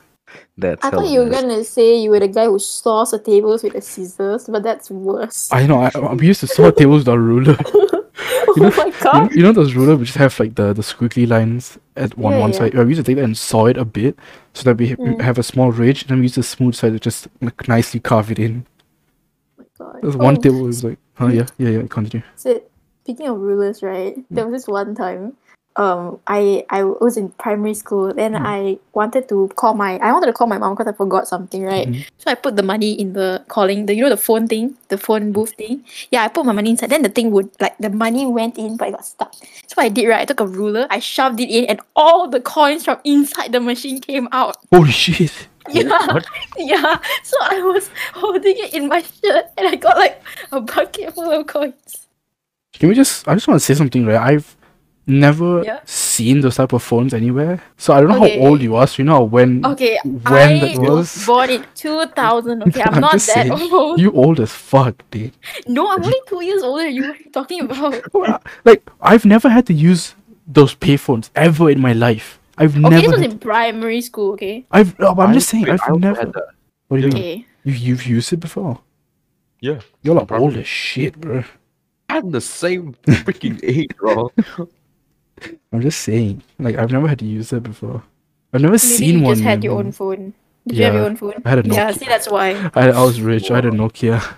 Speaker 1: That's
Speaker 3: I thought
Speaker 1: hella
Speaker 3: you were
Speaker 1: nasty.
Speaker 3: gonna say you were the guy who saws the tables with the scissors, but that's worse.
Speaker 2: I know. I, I'm used to saw tables without ruler.
Speaker 3: oh
Speaker 2: know- You
Speaker 3: my
Speaker 2: know,
Speaker 3: god.
Speaker 2: you know those ruler which have like the, the squiggly lines at one
Speaker 3: Yeah,
Speaker 2: one
Speaker 3: yeah.
Speaker 2: side. I used to take that and saw it a bit so that we ha-
Speaker 3: Mm.
Speaker 2: have a small ridge, and then we use the smooth side to just like, nicely carve it in.
Speaker 3: God.
Speaker 2: There's one
Speaker 3: Oh,
Speaker 2: table was like, oh yeah, yeah, yeah. Continue.
Speaker 3: So, speaking of rulers, right? There was this one time, um, I I was in primary school, and
Speaker 2: Hmm.
Speaker 3: I wanted to call my I wanted to call my mom because I forgot something, right?
Speaker 2: Mhm.
Speaker 3: So I put the money in the calling the you know the phone thing, the phone booth thing. Yeah, I put my money inside. Then the thing would like the money went in, but it got stuck. So what I did right, I took a ruler, I shoved it in, and all the coins from inside the machine came out.
Speaker 2: Holy shit!
Speaker 3: Yeah, yeah. So I was holding it in my shirt, and I got like a bucket full of coins.
Speaker 2: Can we just? I just want to say something. Right, I've never
Speaker 3: Yeah.
Speaker 2: seen those type of phones anywhere, so I don't know
Speaker 3: Okay.
Speaker 2: how old you are. So you know when
Speaker 3: Okay,
Speaker 2: when
Speaker 3: I
Speaker 2: that was.
Speaker 3: born in 2000. Okay,
Speaker 2: I'm
Speaker 3: I'm, not that
Speaker 2: just saying,
Speaker 3: old.
Speaker 2: You old as fuck, dude.
Speaker 3: No, I'm only two years older. You what are you talking about?
Speaker 2: Like I've never had to use those payphones ever in my life. I've
Speaker 3: Okay,
Speaker 2: never.
Speaker 3: this was
Speaker 2: had-
Speaker 3: in primary school. Okay,
Speaker 2: I've. no, but I'm
Speaker 1: I-
Speaker 2: just saying.
Speaker 1: wait,
Speaker 2: I've
Speaker 1: I also
Speaker 2: never.
Speaker 1: had that.
Speaker 2: What do you
Speaker 1: Yeah.
Speaker 2: mean?
Speaker 3: okay.
Speaker 2: You you've used it before.
Speaker 1: Yeah.
Speaker 2: You're like
Speaker 1: Probably.
Speaker 2: old as shit, bro.
Speaker 1: I'm the same freaking age, bro.
Speaker 2: I'm just saying. Like I've never had to use that before. I've never
Speaker 3: Maybe
Speaker 2: seen
Speaker 3: you
Speaker 2: one.
Speaker 3: just had your
Speaker 2: man.
Speaker 3: own phone. Did you have your
Speaker 2: Yeah,
Speaker 3: own phone?
Speaker 2: I had a
Speaker 3: Yeah,
Speaker 2: Nokia.
Speaker 3: see, that's why.
Speaker 2: I, I was rich. I had a Nokia.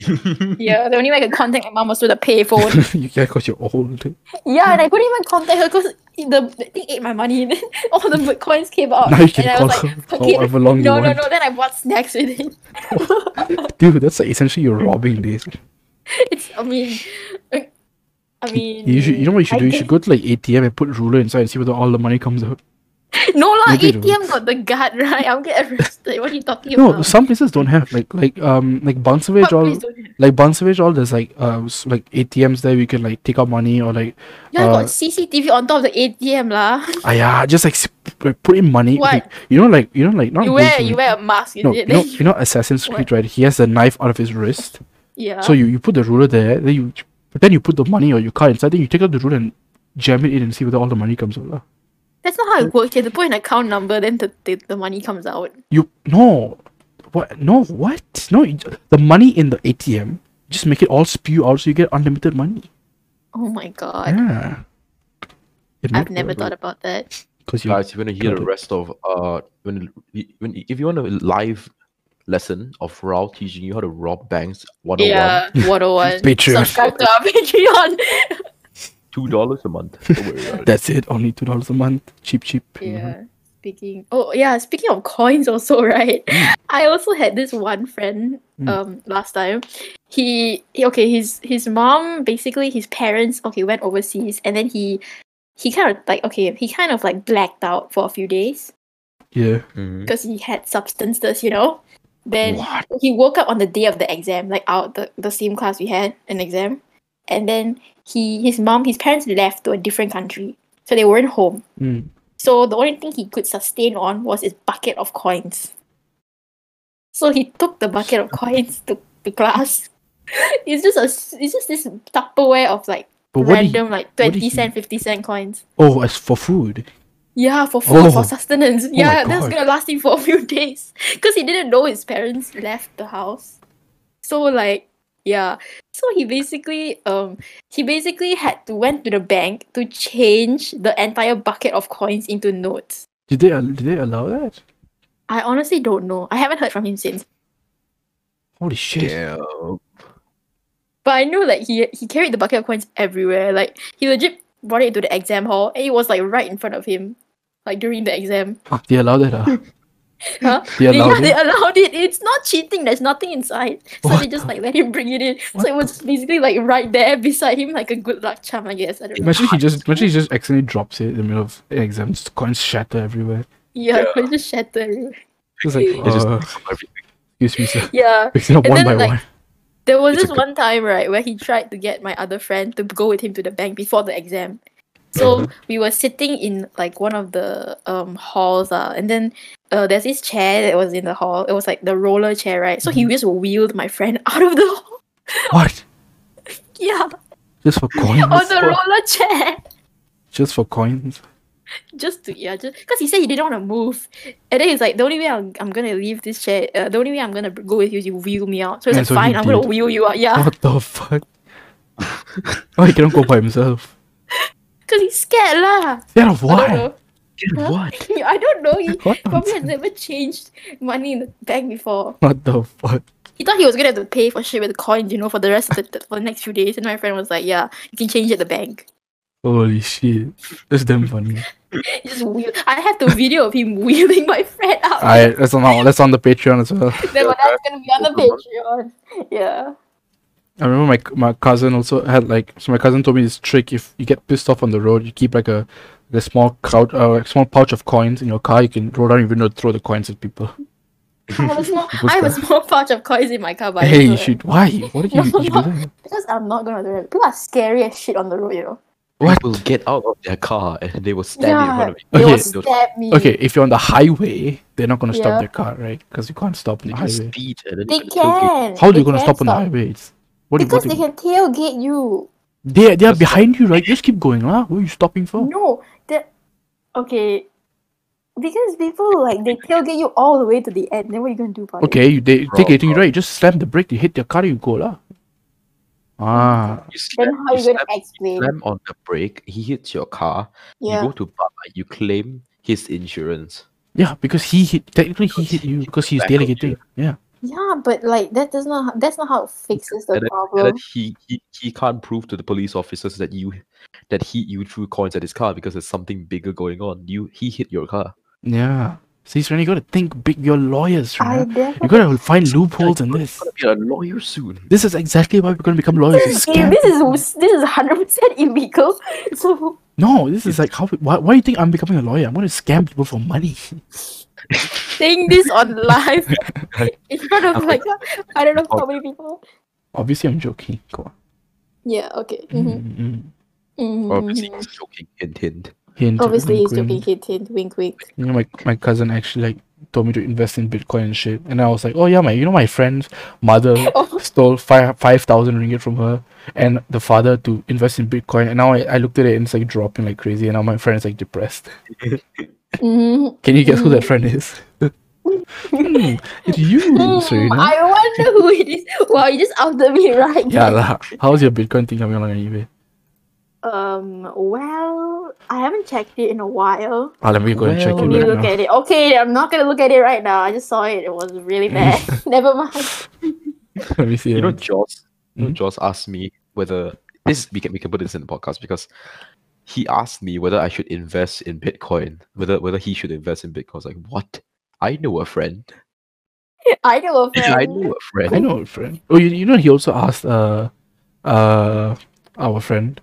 Speaker 3: Yeah, the only way I could contact my mom was through the payphone.
Speaker 2: you yeah, cause you're old.
Speaker 3: yeah, and I couldn't even contact her because the the thing ate my money. and all the coins came out.
Speaker 2: Now you can
Speaker 3: and
Speaker 2: call
Speaker 3: I was
Speaker 2: her
Speaker 3: like, "Fuck it."
Speaker 2: however long you
Speaker 3: no,
Speaker 2: want.
Speaker 3: no, no. Then I bought snacks with it.
Speaker 2: Dude, that's like essentially you're robbing this.
Speaker 3: It's, I mean, I mean.
Speaker 2: You should, you know what you should
Speaker 3: I
Speaker 2: do? You
Speaker 3: guess-
Speaker 2: should go to like ATM and put ruler inside and see whether all the money comes out.
Speaker 3: No lah,
Speaker 2: Maybe it
Speaker 3: ATM got the guard right. I'll get arrested. What are you talking
Speaker 2: No,
Speaker 3: about?
Speaker 2: some places don't have like like um like
Speaker 3: What
Speaker 2: Bounsawage all
Speaker 3: place don't have?
Speaker 2: like Bounsawage all there's like uh s- like ATMs there we can like take out money or like
Speaker 3: Yeah,
Speaker 2: uh,
Speaker 3: got CCTV on top of the ATM lah.
Speaker 2: ayah, just like sp- like, put in money.
Speaker 3: What?
Speaker 2: Okay, you know like you know like not
Speaker 3: You
Speaker 2: Bounsawage.
Speaker 3: wear you wear a mask, is
Speaker 2: no, you
Speaker 3: it?
Speaker 2: know
Speaker 3: Then
Speaker 2: you know Assassin's
Speaker 3: What? Uh-huh.
Speaker 2: Creed right? He has the knife out of his wrist.
Speaker 3: yeah.
Speaker 2: So you, you put the ruler there, then you but then you put the money or your card inside, then you take out the ruler and jam it in and see whether all the money comes out. lah.
Speaker 3: that's not how it works. You have to put an account number, then the, the, the money comes out.
Speaker 2: You no, what? No, what? No, you, the money in the ATM. Just make it all spew out, so you get unlimited money.
Speaker 3: Oh my god.
Speaker 2: Yeah. It might
Speaker 3: I've never
Speaker 2: work,
Speaker 3: thought about that.
Speaker 2: but because you
Speaker 1: guys, if you want to hear
Speaker 2: got
Speaker 1: the
Speaker 2: it.
Speaker 1: rest of uh, when, when if you want a live lesson of Rao teaching you how to rob banks 101,
Speaker 3: Yeah, 101.
Speaker 2: Patreon.
Speaker 3: Subscribe to our Patreon.
Speaker 1: two dollars a month. Don't worry about it.
Speaker 2: That's it. Only two dollars a month. Cheap, cheap. you know?
Speaker 3: yeah. Speaking. Oh yeah. Speaking of coins, also right. I also had this one friend.
Speaker 2: Mm.
Speaker 3: Um, last time, he, he- okay. His his mom basically his parents okay went overseas and then he he kind of like okay he kind of like blacked out for a few days
Speaker 2: Yeah.
Speaker 1: Mm-hmm. Mm.
Speaker 3: because he had substances, you know. Then
Speaker 1: What?
Speaker 3: he woke up on the day of the exam, like out the, the same class we had an exam. And then he his mom, his parents left to a different country. So they weren't home.
Speaker 2: Mm.
Speaker 3: So the only thing he could sustain on was his bucket of coins. So he took the bucket of coins to, to class. it's just a s- it's just this Tupperware of like
Speaker 2: But what? Did
Speaker 3: random like
Speaker 2: did
Speaker 3: twenty
Speaker 2: he-
Speaker 3: cent, fifty cent coins.
Speaker 2: oh, as for food.
Speaker 3: Yeah, for food,
Speaker 2: Oh.
Speaker 3: for sustenance. yeah, that's
Speaker 2: God.
Speaker 3: gonna last him for a few days. Because he didn't know his parents left the house. So like, yeah. So he basically um he basically had to went to the bank to change the entire bucket of coins into notes.
Speaker 2: Did they? al- Did they allow that?
Speaker 3: I honestly don't know. I haven't heard from him since.
Speaker 2: Holy shit.
Speaker 1: Yeah.
Speaker 3: But I know like he he carried the bucket of coins everywhere. Like he legit brought it into the exam hall and it was like right in front of him. Like during the exam.
Speaker 2: Ah, They allowed that. ah?
Speaker 3: Huh?
Speaker 2: They allowed
Speaker 3: yeah, they
Speaker 2: it.
Speaker 3: allowed it. It's not cheating. There's nothing inside. So they
Speaker 2: What
Speaker 3: just
Speaker 2: the-
Speaker 3: like let him bring it in.
Speaker 2: What
Speaker 3: So it was basically like right there beside him, like a good luck charm, I guess. I don't know.
Speaker 2: Imagine he just. Imagine he just accidentally drops it in the middle of an exam. Just coins shatter everywhere.
Speaker 3: Yeah, yeah. just shattered.
Speaker 2: It's like.
Speaker 1: It just
Speaker 2: uh,
Speaker 1: picks up everything.
Speaker 2: excuse me, sir.
Speaker 3: Yeah.
Speaker 2: Picks it up
Speaker 3: And
Speaker 2: one
Speaker 3: then,
Speaker 2: by
Speaker 3: like,
Speaker 2: one.
Speaker 3: There was
Speaker 1: It's a
Speaker 3: this
Speaker 1: good-
Speaker 3: one time, right, where he tried to get my other friend to go with him to the bank before the exam. So
Speaker 2: Mm-hmm.
Speaker 3: we were sitting in like one of the um halls, uh, and then uh, there's this chair that was in the hall. It was like the roller chair, right? So he
Speaker 2: Mm-hmm.
Speaker 3: just wheeled my friend out of the hall.
Speaker 2: What?
Speaker 3: Yeah,
Speaker 2: Just for coins.
Speaker 3: on the roller chair.
Speaker 2: Just for coins.
Speaker 3: just to yeah, just because he said he didn't want to move, and then he's like, the only way I'm, I'm gonna leave this chair, uh, the only way I'm gonna go with you is you wheel me out. So he's
Speaker 2: And
Speaker 3: like,
Speaker 2: so he
Speaker 3: fine, I'm gonna
Speaker 2: did.
Speaker 3: wheel you out, yeah,
Speaker 2: What the fuck? oh, he cannot go by himself.
Speaker 3: because he's scared lah.
Speaker 2: Yeah,
Speaker 3: I don't
Speaker 2: why?
Speaker 3: know.
Speaker 1: Dude, what?
Speaker 3: Yeah, I don't know. He
Speaker 2: What
Speaker 3: probably has
Speaker 2: nonsense?
Speaker 3: never changed money in the bank before.
Speaker 2: What the fuck?
Speaker 3: He thought he was gonna have to pay for shit with the coins, you know, for the rest of the for the next few days. And my friend was like, yeah, you can change at the bank.
Speaker 2: Holy shit. That's damn funny.
Speaker 3: He Just wheel. I have the video of him wheeling my friend out.
Speaker 2: Alright, that's on our, that's on the Patreon as well.
Speaker 3: then
Speaker 1: Yeah,
Speaker 3: that's gonna be on the
Speaker 1: Pokemon.
Speaker 3: Patreon. Yeah.
Speaker 2: I remember my my cousin also had like so my cousin told me this trick if you get pissed off on the road, you keep like a the small crowd uh like, small pouch of coins in your car, you can roll down your window and throw the coins at people.
Speaker 3: I have a small,
Speaker 2: was
Speaker 3: I have a
Speaker 2: that?
Speaker 3: small pouch of coins in my car, but I
Speaker 2: hey
Speaker 3: don't
Speaker 2: you
Speaker 3: know.
Speaker 2: should why? What did you, you do that?
Speaker 3: Because I'm not gonna do it. People are scary as shit on the road, you know.
Speaker 2: What?
Speaker 1: People get out of their car and they will stand in front of you.
Speaker 3: They
Speaker 2: Okay.
Speaker 3: will stab me.
Speaker 2: Okay, if you're on the highway, they're not gonna
Speaker 3: Yeah.
Speaker 2: stop their car, right? Because you can't stop on
Speaker 1: They
Speaker 2: the
Speaker 1: can
Speaker 2: highway.
Speaker 1: speed and then
Speaker 3: They
Speaker 1: you can tailgate.
Speaker 3: can.
Speaker 2: How are
Speaker 3: They
Speaker 2: you gonna
Speaker 3: can
Speaker 2: stop on the highway? It's, what do you-
Speaker 3: Because
Speaker 2: what do
Speaker 3: they
Speaker 2: you-
Speaker 3: can tailgate you.
Speaker 2: They they are
Speaker 1: Just stop.
Speaker 2: behind you, right? Just keep going, huh? What are you stopping for?
Speaker 3: No, that. Okay. Because people like they tailgate you all the way to the end. Then what are you gonna do about it?
Speaker 2: Okay, you they
Speaker 1: Bro,
Speaker 2: take it to you,
Speaker 1: bro.
Speaker 2: right? You just slam the brake, you hit their car, you go lah. Ah,
Speaker 1: You slam,
Speaker 3: Then how are
Speaker 1: you
Speaker 3: you gonna
Speaker 1: slam-
Speaker 3: explain?
Speaker 1: slam on the brake, he hits your car,
Speaker 3: Yeah.
Speaker 1: you go to bar, you claim his insurance.
Speaker 2: yeah, because he hit technically he
Speaker 1: Because
Speaker 2: hit you because he's
Speaker 1: back on
Speaker 2: delegating. Yeah,
Speaker 3: Yeah, but like that does not. That's not how it fixes the
Speaker 1: and then, and
Speaker 3: problem.
Speaker 1: then he, he he can't prove to the police officers that you that he you threw coins at his car because there's something bigger going on. You he hit your car.
Speaker 2: yeah. See, Sren, you gotta think big. You're lawyers,
Speaker 3: I
Speaker 2: right? You
Speaker 3: definitely.
Speaker 2: gotta find loopholes in this.
Speaker 1: You're gonna be a lawyer soon.
Speaker 2: This is exactly why we're gonna become lawyers. This is scam.
Speaker 3: This is this is hundred percent illegal. So
Speaker 2: No, this is like how. Why, why do you think I'm becoming a lawyer? I'm gonna scam people for money.
Speaker 3: saying this on live in front of like I don't know how many people.
Speaker 2: Obviously, I'm joking. Go on.
Speaker 3: Yeah. Okay. Mhm.
Speaker 2: Mm-hmm.
Speaker 3: Mhm,
Speaker 1: Obviously,
Speaker 3: mhm.
Speaker 1: he's joking. Hint, hint.
Speaker 3: Obviously, he's joking. Hint, hint, wink, wink.
Speaker 2: You know, my my cousin actually like told me to invest in Bitcoin and shit, and I was like, oh yeah, my you know my friend's mother
Speaker 3: Oh.
Speaker 2: stole five five thousand ringgit from her and the father to invest in Bitcoin, and now I, I looked at it and it's like dropping like crazy, and now my friend is like depressed.
Speaker 3: Mm.
Speaker 2: Can you guess who that friend is? Hmm, it's you,
Speaker 3: Mm,
Speaker 2: Serena.
Speaker 3: I wonder who it is. Wow, you just outed me right
Speaker 2: Yeah
Speaker 3: there.
Speaker 2: lah. How's your Bitcoin thing coming along anyway?
Speaker 3: Um. Well, I haven't checked it in a while.
Speaker 2: Ah, let me go and check
Speaker 1: Well,
Speaker 2: it
Speaker 3: Let
Speaker 1: Good
Speaker 3: me
Speaker 2: right
Speaker 3: look
Speaker 2: now.
Speaker 3: at it. Okay, I'm not gonna look at it right now. I just saw it. It was really bad. Never mind.
Speaker 2: let me see.
Speaker 1: You know,
Speaker 2: it.
Speaker 1: Jaws. you know,
Speaker 2: Mhm.
Speaker 1: Jaws asked me whether this we can we can put this in the podcast because he asked me whether I should invest in Bitcoin, whether whether he should invest in Bitcoin. I was like, what? I know a friend.
Speaker 3: I know a friend.
Speaker 1: I know a friend.
Speaker 2: I know a friend. Oh, you, you know he also asked uh, uh, our friend.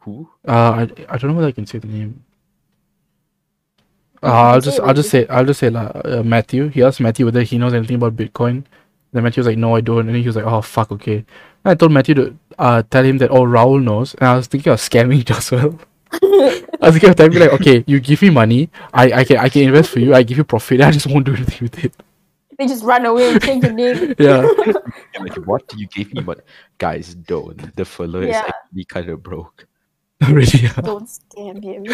Speaker 1: Who?
Speaker 2: Uh, I, I don't know whether I can say the name. Uh,
Speaker 3: can
Speaker 2: I'll
Speaker 3: say
Speaker 2: just
Speaker 3: it,
Speaker 2: I'll just
Speaker 3: you
Speaker 2: say I'll just say like uh, Matthew. He asked Matthew whether he knows anything about Bitcoin. Then Matthew was like, "No, I don't." And then he was like, "Oh fuck, okay." And I told Matthew to uh tell him that oh Raul knows, and I was thinking of scamming Joshua. I was thinking of telling him like, "Okay, you give me money, I I can I can invest for you, I give you profit, I just won't do anything with it."
Speaker 3: They just run away and change the name.
Speaker 2: Yeah.
Speaker 1: I'm like, what? You gave me money. Guys, don't. The fella is
Speaker 3: Yeah.
Speaker 1: actually kind of broke.
Speaker 2: really. yeah.
Speaker 3: Don't scam him.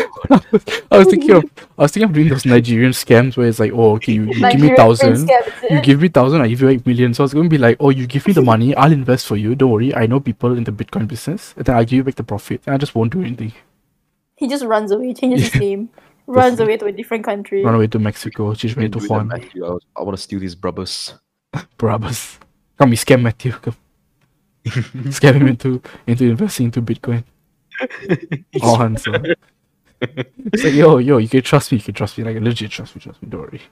Speaker 2: I was thinking of I was thinking of doing those Nigerian scams where it's like, oh, okay, you, you give me
Speaker 3: Nigerian
Speaker 2: thousand,
Speaker 3: scam, is
Speaker 2: you
Speaker 3: it?
Speaker 2: give me thousand, I give you eight million. So it's gonna be like, oh, you give me the money, I'll invest for you. Don't worry, I know people in the Bitcoin business, and then I'll give you back the profit, and I just won't do anything.
Speaker 3: He just runs away, changes his name, runs away to a different country.
Speaker 2: Run away to Mexico, just
Speaker 1: Been
Speaker 2: to
Speaker 1: doing that,
Speaker 2: Juan
Speaker 1: Matthew. I, was- I want to steal these brothers.
Speaker 2: Barabbas. Come, we scam Matthew. Come. scam him into into investing into Bitcoin. All hands up. It's like, yo, yo, you can trust me, you can trust me, like legit trust me, trust me. Don't worry.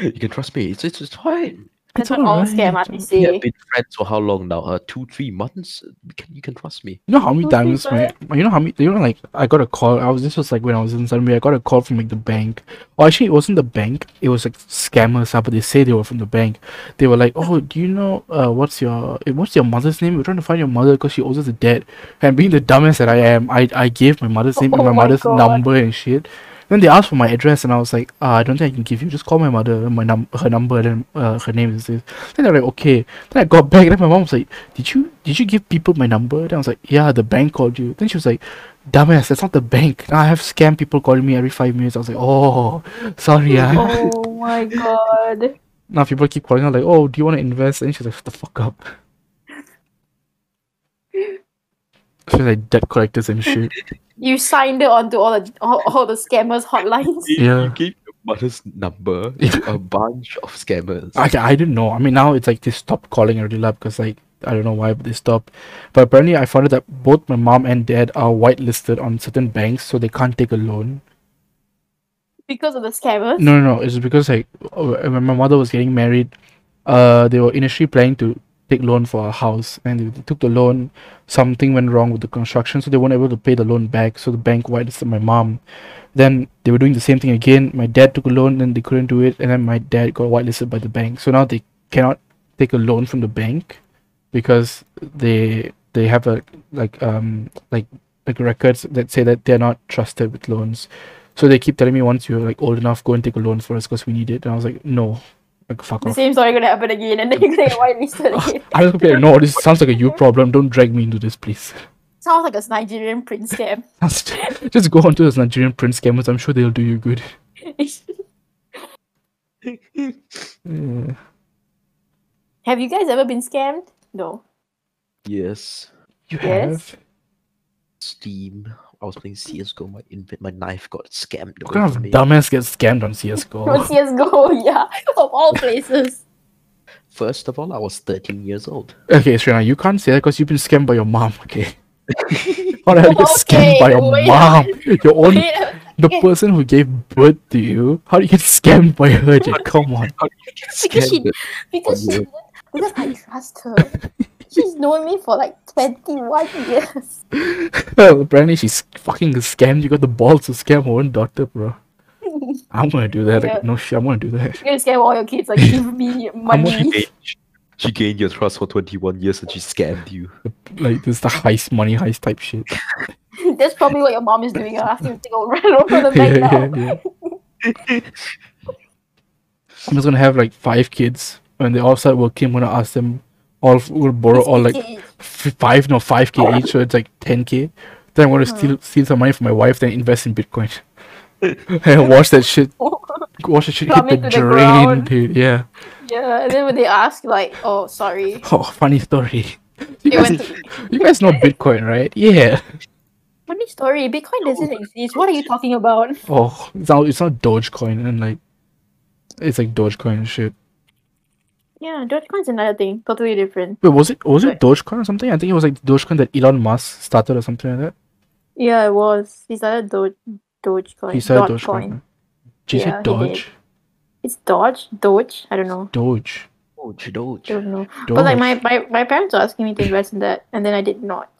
Speaker 1: You can trust me. It's it's, it's fine.
Speaker 3: That's
Speaker 2: It's
Speaker 3: what all
Speaker 2: alright,
Speaker 3: scam
Speaker 2: it's
Speaker 3: artists
Speaker 1: We
Speaker 3: say.
Speaker 1: have been friends for how long now? Uh, two, three months. You can you can trust me.
Speaker 2: You know how many
Speaker 3: Those
Speaker 2: times
Speaker 3: people-
Speaker 2: my you know how many you know like I got a call. I was this was like when I was in Sunway. I got a call from like the bank. Or actually, it wasn't the bank. It was like scammers. ah, But they say they were from the bank. They were like, "Oh, do you know uh, what's your eh, what's your mother's name? We're trying to find your mother because she owes us a debt." And being the dumbass that I am, I I gave my mother's name
Speaker 3: Oh
Speaker 2: and my
Speaker 3: my
Speaker 2: mother's
Speaker 3: God.
Speaker 2: number and shit. Then they asked for my address, and I was like, uh, I don't think I can give you. Just call my mother, my num- her number, and uh, her name is this. Then they're like, okay. Then I got back. Then my mom was like, did you did you give people my number? Then I was like, yeah, the bank called you. Then she was like, dumbass, that's not the bank. I have scam people calling me every five minutes. I was like, oh, sorry, ah.
Speaker 3: Oh my god.
Speaker 2: Now people keep calling her like, oh, do you want to invest? And she's like, shut the fuck up. She's like debt collectors and shit.
Speaker 3: You signed her onto all the all, all the scammers hotlines.
Speaker 1: You-
Speaker 2: Yeah.
Speaker 1: You gave your mother's number to a bunch of scammers.
Speaker 2: I, I didn't know. I mean, now it's like they stopped calling already lab because like I don't know why but they stopped. But apparently, I found out that both my mom and dad are whitelisted on certain banks, so they can't take a loan.
Speaker 3: Because of the scammers.
Speaker 2: No, no, no. It's because like uh, when my mother was getting married, uh, they were initially planning to take loan for a house, and they, they took the loan. Something went wrong with the construction, so they weren't able to pay the loan back. So the bank whitelisted my mom. Then they were doing the same thing again. My dad took a loan, then they couldn't do it, and then my dad got whitelisted by the bank. So now they cannot take a loan from the bank because they they have a like um like like records that say that they're not trusted with loans. So they keep telling me once you're like old enough, go and take a loan for us because we need it. And I was like, no, like fuck
Speaker 3: The
Speaker 2: off.
Speaker 3: same story gonna happen again and then you're gonna get whitelisted again.
Speaker 2: I was like, no, this sounds like a you problem. Don't drag me into this, please.
Speaker 3: Sounds like a Nigerian prince scam.
Speaker 2: Just go on to those Nigerian print scammers. I'm sure they'll do you good. Yeah.
Speaker 3: Have you guys ever been scammed? No.
Speaker 1: yes.
Speaker 2: You
Speaker 3: Yes.
Speaker 2: have?
Speaker 1: Steam. I was playing CS:GO. My inv- my knife got scammed. away
Speaker 2: What kind of
Speaker 1: from me.
Speaker 2: dumbass gets scammed on
Speaker 3: From
Speaker 2: CSGO?
Speaker 3: CSGO, yeah. Of all places.
Speaker 1: First of all, I was 13 years old.
Speaker 2: okay, Shrina, you can't say that because you've been scammed by your mom, okay? Or you get scammed
Speaker 3: Okay,
Speaker 2: by your
Speaker 3: wait a
Speaker 2: mom? Your own,
Speaker 3: Wait,
Speaker 2: the person who gave birth to you. How do you get scammed by her? Dude? Come on.
Speaker 3: because she
Speaker 1: Scammed.
Speaker 3: because she
Speaker 1: Yeah.
Speaker 3: didn't- because I trust her. She's known me for like twenty one years.
Speaker 2: Well, apparently she's fucking scammed. You got the balls to scam her own daughter, bro. I'm gonna do that.
Speaker 3: Yeah.
Speaker 2: Like, no shit, I'm gonna do that.
Speaker 3: You're gonna scam all your kids like give me
Speaker 1: She
Speaker 3: money.
Speaker 1: gained, she gained your trust for 21 years and she scammed you.
Speaker 2: Like, this is the heist, money heist type shit.
Speaker 3: That's probably what your mom is doing. You're asking her to go run over the
Speaker 2: yeah,
Speaker 3: bank now.
Speaker 2: yeah, yeah. I'm just gonna have like five kids. When they all start working, I'm gonna ask them all will borrow all like
Speaker 3: Okay,
Speaker 2: f- five, no, five k each, so it's like ten k. Then I'm gonna
Speaker 3: Uh-huh.
Speaker 2: steal steal some money from my wife, then invest in Bitcoin. and watch that shit, watch that shit
Speaker 3: Plummet
Speaker 2: hit
Speaker 3: to
Speaker 2: the
Speaker 3: the
Speaker 2: drain,
Speaker 3: ground.
Speaker 2: dude. Yeah.
Speaker 3: yeah, and then when they ask like, oh sorry.
Speaker 2: Oh, funny story. You
Speaker 3: It went
Speaker 2: guys, you guys know Bitcoin, right? Yeah.
Speaker 3: Funny story. Bitcoin doesn't exist. What are you talking about?
Speaker 2: Oh, it's not, it's not Dogecoin and like, it's like Dogecoin and shit.
Speaker 3: Yeah, Dogecoin's another thing. Totally different.
Speaker 2: Wait, was it was it Dogecoin or something? I think it was like Dogecoin that Elon Musk started or something like that.
Speaker 3: Yeah, it was. He started Doge, Dogecoin.
Speaker 2: He started
Speaker 3: Dotcoin.
Speaker 2: Dogecoin. Did you say
Speaker 3: Yeah, he did.
Speaker 2: Doge?
Speaker 3: It's Dodge, Doge. I don't know.
Speaker 2: Doge.
Speaker 1: Doge, Doge.
Speaker 3: I don't know.
Speaker 2: Doge.
Speaker 3: But like my, my my parents were asking me to invest in that, and then I did not.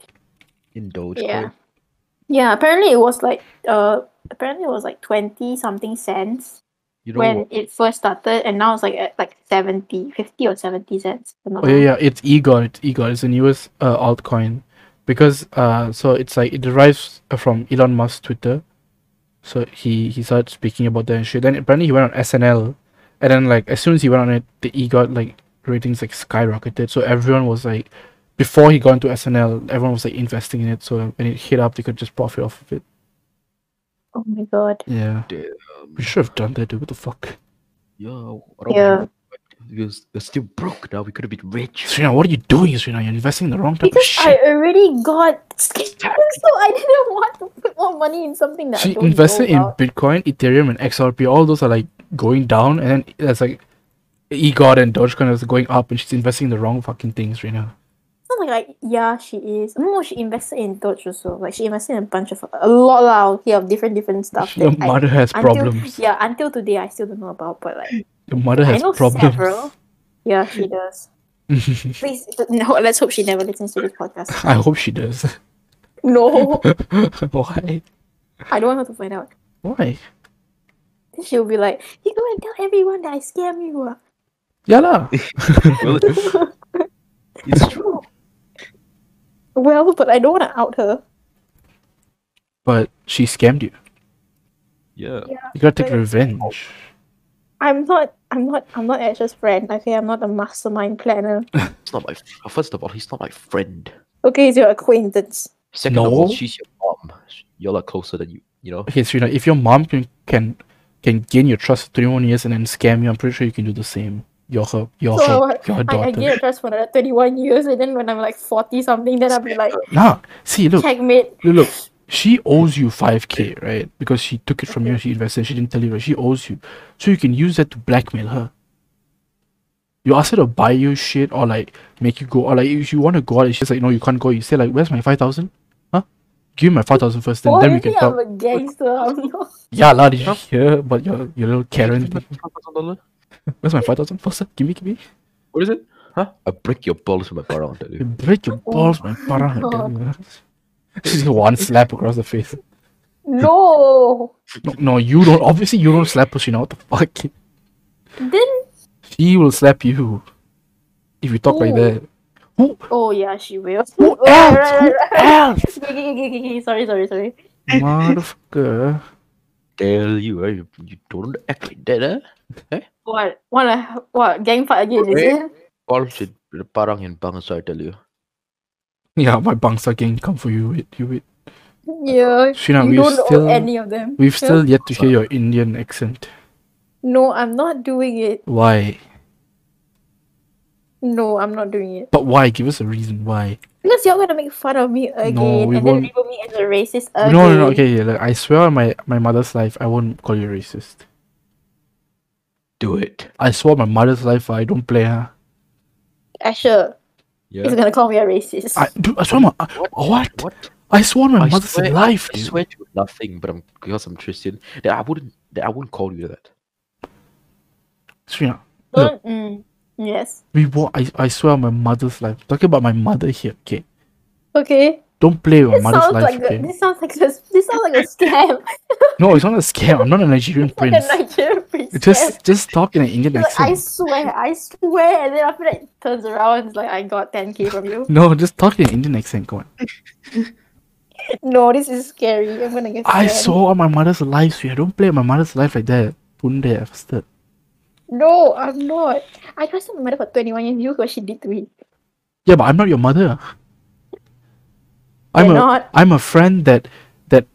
Speaker 1: In Doge.
Speaker 3: Yeah. Yeah. Apparently it was like uh apparently it was like twenty something cents
Speaker 1: You know,
Speaker 3: when it first started, and now it's like at like 70, 50 or seventy cents. if I'm not
Speaker 2: Oh yeah,
Speaker 3: wrong.
Speaker 2: yeah. It's EGOT. It's EGOT. It's the newest uh, altcoin because uh, so it's like it derives uh, from Elon Musk's Twitter. So he he started speaking about that and shit. Then apparently he went on SNL, and then like as soon as he went on it, the EGOT like ratings like skyrocketed. So everyone was like, before he got into SNL, everyone was like investing in it. So when it hit up, they could just profit off of it.
Speaker 3: Oh my god.
Speaker 2: Yeah,
Speaker 1: um,
Speaker 2: we should have done that, dude. What the fuck,
Speaker 1: yeah, what about
Speaker 3: Yeah.
Speaker 1: you? We're, we're still broke now. We could have been rich.
Speaker 2: Srina? What are you doing, Srina? You're investing in the wrong type of
Speaker 3: Because
Speaker 2: shit.
Speaker 3: I already got scammed, so I didn't want to put more money in something that I
Speaker 2: She
Speaker 3: don't know
Speaker 2: invested in
Speaker 3: about.
Speaker 2: Bitcoin, Ethereum, and XRP. All those are like going down, and then that's like EGOT and Dogecoin is going up, and she's investing in the wrong fucking things right now.
Speaker 3: It's not like, like Oh yeah, she is. No, she invested in Doge also. Like she invested in a bunch of a lot lah, okay, of different different stuff.
Speaker 2: Your
Speaker 3: that I-
Speaker 2: mother has
Speaker 3: until,
Speaker 2: problems.
Speaker 3: Yeah, until today I still don't know about. But like
Speaker 2: Your mother
Speaker 3: I
Speaker 2: has
Speaker 3: know
Speaker 2: problems.
Speaker 3: several. Yeah, she does. Please no. Let's hope she never listens to this podcast.
Speaker 2: I hope she does.
Speaker 3: No,
Speaker 2: Why?
Speaker 3: I don't want her to find out.
Speaker 2: Why?
Speaker 3: Then she'll be like, you go and tell everyone that I scam you. ah."
Speaker 2: Yeah lah.
Speaker 1: well, it's true.
Speaker 3: ah." Well, but I don't want to out her.
Speaker 2: But she scammed you.
Speaker 1: Yeah.
Speaker 2: You gotta take
Speaker 3: But-
Speaker 2: revenge.
Speaker 3: I'm not. I'm not. I'm not Ash's friend. Okay, I'm not a mastermind planner.
Speaker 1: It's not my. f- First of all, he's not my friend.
Speaker 3: Okay, he's your acquaintance.
Speaker 1: Second of all,
Speaker 2: No.
Speaker 1: she's your mom. Y'all are closer than you. You know.
Speaker 2: Okay, Serena, if your mom can can can gain your trust for 21 years and then scam you, I'm pretty sure you can do the same. You're her, you're
Speaker 3: So
Speaker 2: her, you're her
Speaker 3: I, I
Speaker 2: daughter.
Speaker 3: get a trust for another 21 years, and then when I'm like 40 something, then I'll be like,
Speaker 2: Nah, see, look,
Speaker 3: checkmate.
Speaker 2: Look, look, she owes you 5k, right? Because she took it from you, she invested, she didn't tell you, right? She owes you. So you can use that to blackmail her. You ask her to buy you shit or like make you go, or like if you want to go out, and she's like, no, you can't go. You say, like, where's my 5,000? Huh? Give me my 5,000 first, then,
Speaker 3: Or
Speaker 2: then we can
Speaker 3: maybe
Speaker 2: talk.
Speaker 3: I'm a gangster. I'm not.
Speaker 2: Yeah, lah, did you hear about your, your little Karen thing?
Speaker 1: $5,000?
Speaker 2: Where's my 5,000 first? sir? Give me, give me.
Speaker 1: What is it? Huh? I break your balls with my parang.
Speaker 2: You break your balls, my parang. I
Speaker 3: Oh,
Speaker 2: tell you. She's got one slap across the face.
Speaker 3: No.
Speaker 2: No, no, you don't. Obviously, you don't slap us, you know what the fuck?
Speaker 3: Then.
Speaker 2: She will slap you if you talk like
Speaker 3: Who?
Speaker 2: that. Who?
Speaker 3: Oh yeah, she will.
Speaker 2: Who
Speaker 3: Oh,
Speaker 2: else?
Speaker 3: right, right, right.
Speaker 2: Who else?
Speaker 3: Okay, okay, okay, okay, okay. Sorry, sorry, sorry.
Speaker 2: Motherfucker.
Speaker 1: Tell you, eh? You, you don't act like that, eh?
Speaker 3: What? Wanna what? Gang fight again? Is
Speaker 1: Wait.
Speaker 3: it?
Speaker 1: Balls with the parang and bang, so I tell you.
Speaker 2: Yeah, my bunks are getting come for you. Wait, you wait.
Speaker 3: Yeah.
Speaker 2: Shina,
Speaker 3: you
Speaker 2: we've
Speaker 3: don't
Speaker 2: still
Speaker 3: own any of them.
Speaker 2: we've
Speaker 3: Yeah.
Speaker 2: still yet to hear your Indian accent.
Speaker 3: No, I'm not doing it.
Speaker 2: Why?
Speaker 3: No, I'm not doing it.
Speaker 2: But why? Give us a reason why.
Speaker 3: Because you're gonna make fun of me again,
Speaker 2: we won't.
Speaker 3: and then label me as a racist again.
Speaker 2: No, no, no. Okay, yeah, like, I swear on my my mother's life, I won't call you racist.
Speaker 1: Do it.
Speaker 2: I swear on my mother's life, I don't play her.
Speaker 3: Asher
Speaker 1: Yeah.
Speaker 3: is gonna call me a racist.
Speaker 2: I dude, I swear on my
Speaker 1: What?
Speaker 2: what?
Speaker 1: What?
Speaker 2: I swear on my
Speaker 1: I
Speaker 2: mother's
Speaker 1: swear-
Speaker 2: life,
Speaker 1: I
Speaker 2: dude.
Speaker 1: swear to nothing, but I'm because I'm Christian that I wouldn't that I wouldn't call you that.
Speaker 2: Srina,
Speaker 3: Don't. Mm, yes.
Speaker 2: we wa- I, I swear on my mother's life. Talking about my mother here, okay?
Speaker 3: Okay.
Speaker 2: Don't play with
Speaker 3: This
Speaker 2: my mother's
Speaker 3: sounds
Speaker 2: life.
Speaker 3: like
Speaker 2: okay?
Speaker 3: a, this sounds like a, this sounds like a scam.
Speaker 2: No, it's not a scam. I'm not a Nigerian
Speaker 3: like
Speaker 2: prince.
Speaker 3: a Nigerian prince. scam.
Speaker 2: Just just talk in an Indian
Speaker 3: Like, I
Speaker 2: accent.
Speaker 3: swear, I swear, and then after that, it turns around and it's like, I got 10k from you.
Speaker 2: No, just talk in an Indian accent. Come on.
Speaker 3: no, this is scary. I'm gonna get
Speaker 2: I
Speaker 3: scared.
Speaker 2: saw on my mother's life, sweet. I don't play with my mother's life like that. Punde bastard.
Speaker 3: No, I'm not. I trusted my mother for 21 years. You look what she did to me.
Speaker 2: Yeah, but I'm not your mother. I'm
Speaker 3: You're
Speaker 2: a
Speaker 3: not.
Speaker 2: am a friend that that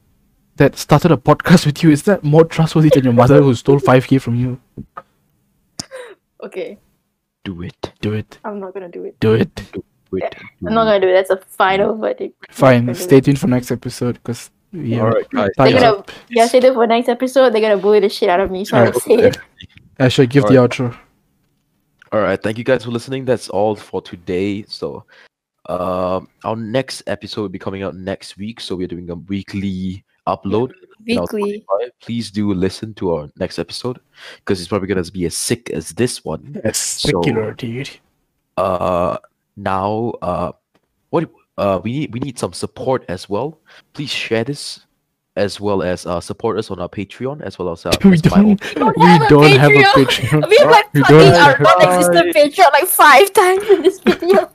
Speaker 2: that started a podcast with you. Is that more trustworthy than your mother who stole five k from you?
Speaker 3: Okay,
Speaker 1: Do it.
Speaker 2: Do it.
Speaker 3: I'm not gonna do it.
Speaker 2: Do it.
Speaker 1: Wait,
Speaker 3: I'm not gonna do it. That's a final verdict.
Speaker 2: Mm. Fine, stay tuned for next episode because yeah,
Speaker 1: All right, guys.
Speaker 2: tied
Speaker 3: They're
Speaker 2: up.
Speaker 3: gonna yeah, stay there for next episode. They're gonna bully the shit out of me. So I'm
Speaker 2: Alright,
Speaker 3: saying
Speaker 2: okay. I should give
Speaker 1: All
Speaker 2: the outro.
Speaker 1: All right, thank you guys for listening. That's all for today. So, um, our next episode will be coming out next week. So we're doing a weekly upload. in our
Speaker 3: weekly.
Speaker 1: Spotify. Please do listen to our next episode because it's probably gonna be as sick as this one.
Speaker 2: A secular dude.
Speaker 1: uh now uh what uh we need we need some support as well please share this as well as uh support us on our patreon as well as uh
Speaker 2: We
Speaker 1: as my own-
Speaker 2: don't. We don't have a Patreon.
Speaker 3: We've like
Speaker 2: We
Speaker 3: fucking
Speaker 2: don't
Speaker 3: our
Speaker 2: have-
Speaker 3: non-existent Patreon like five times in this video.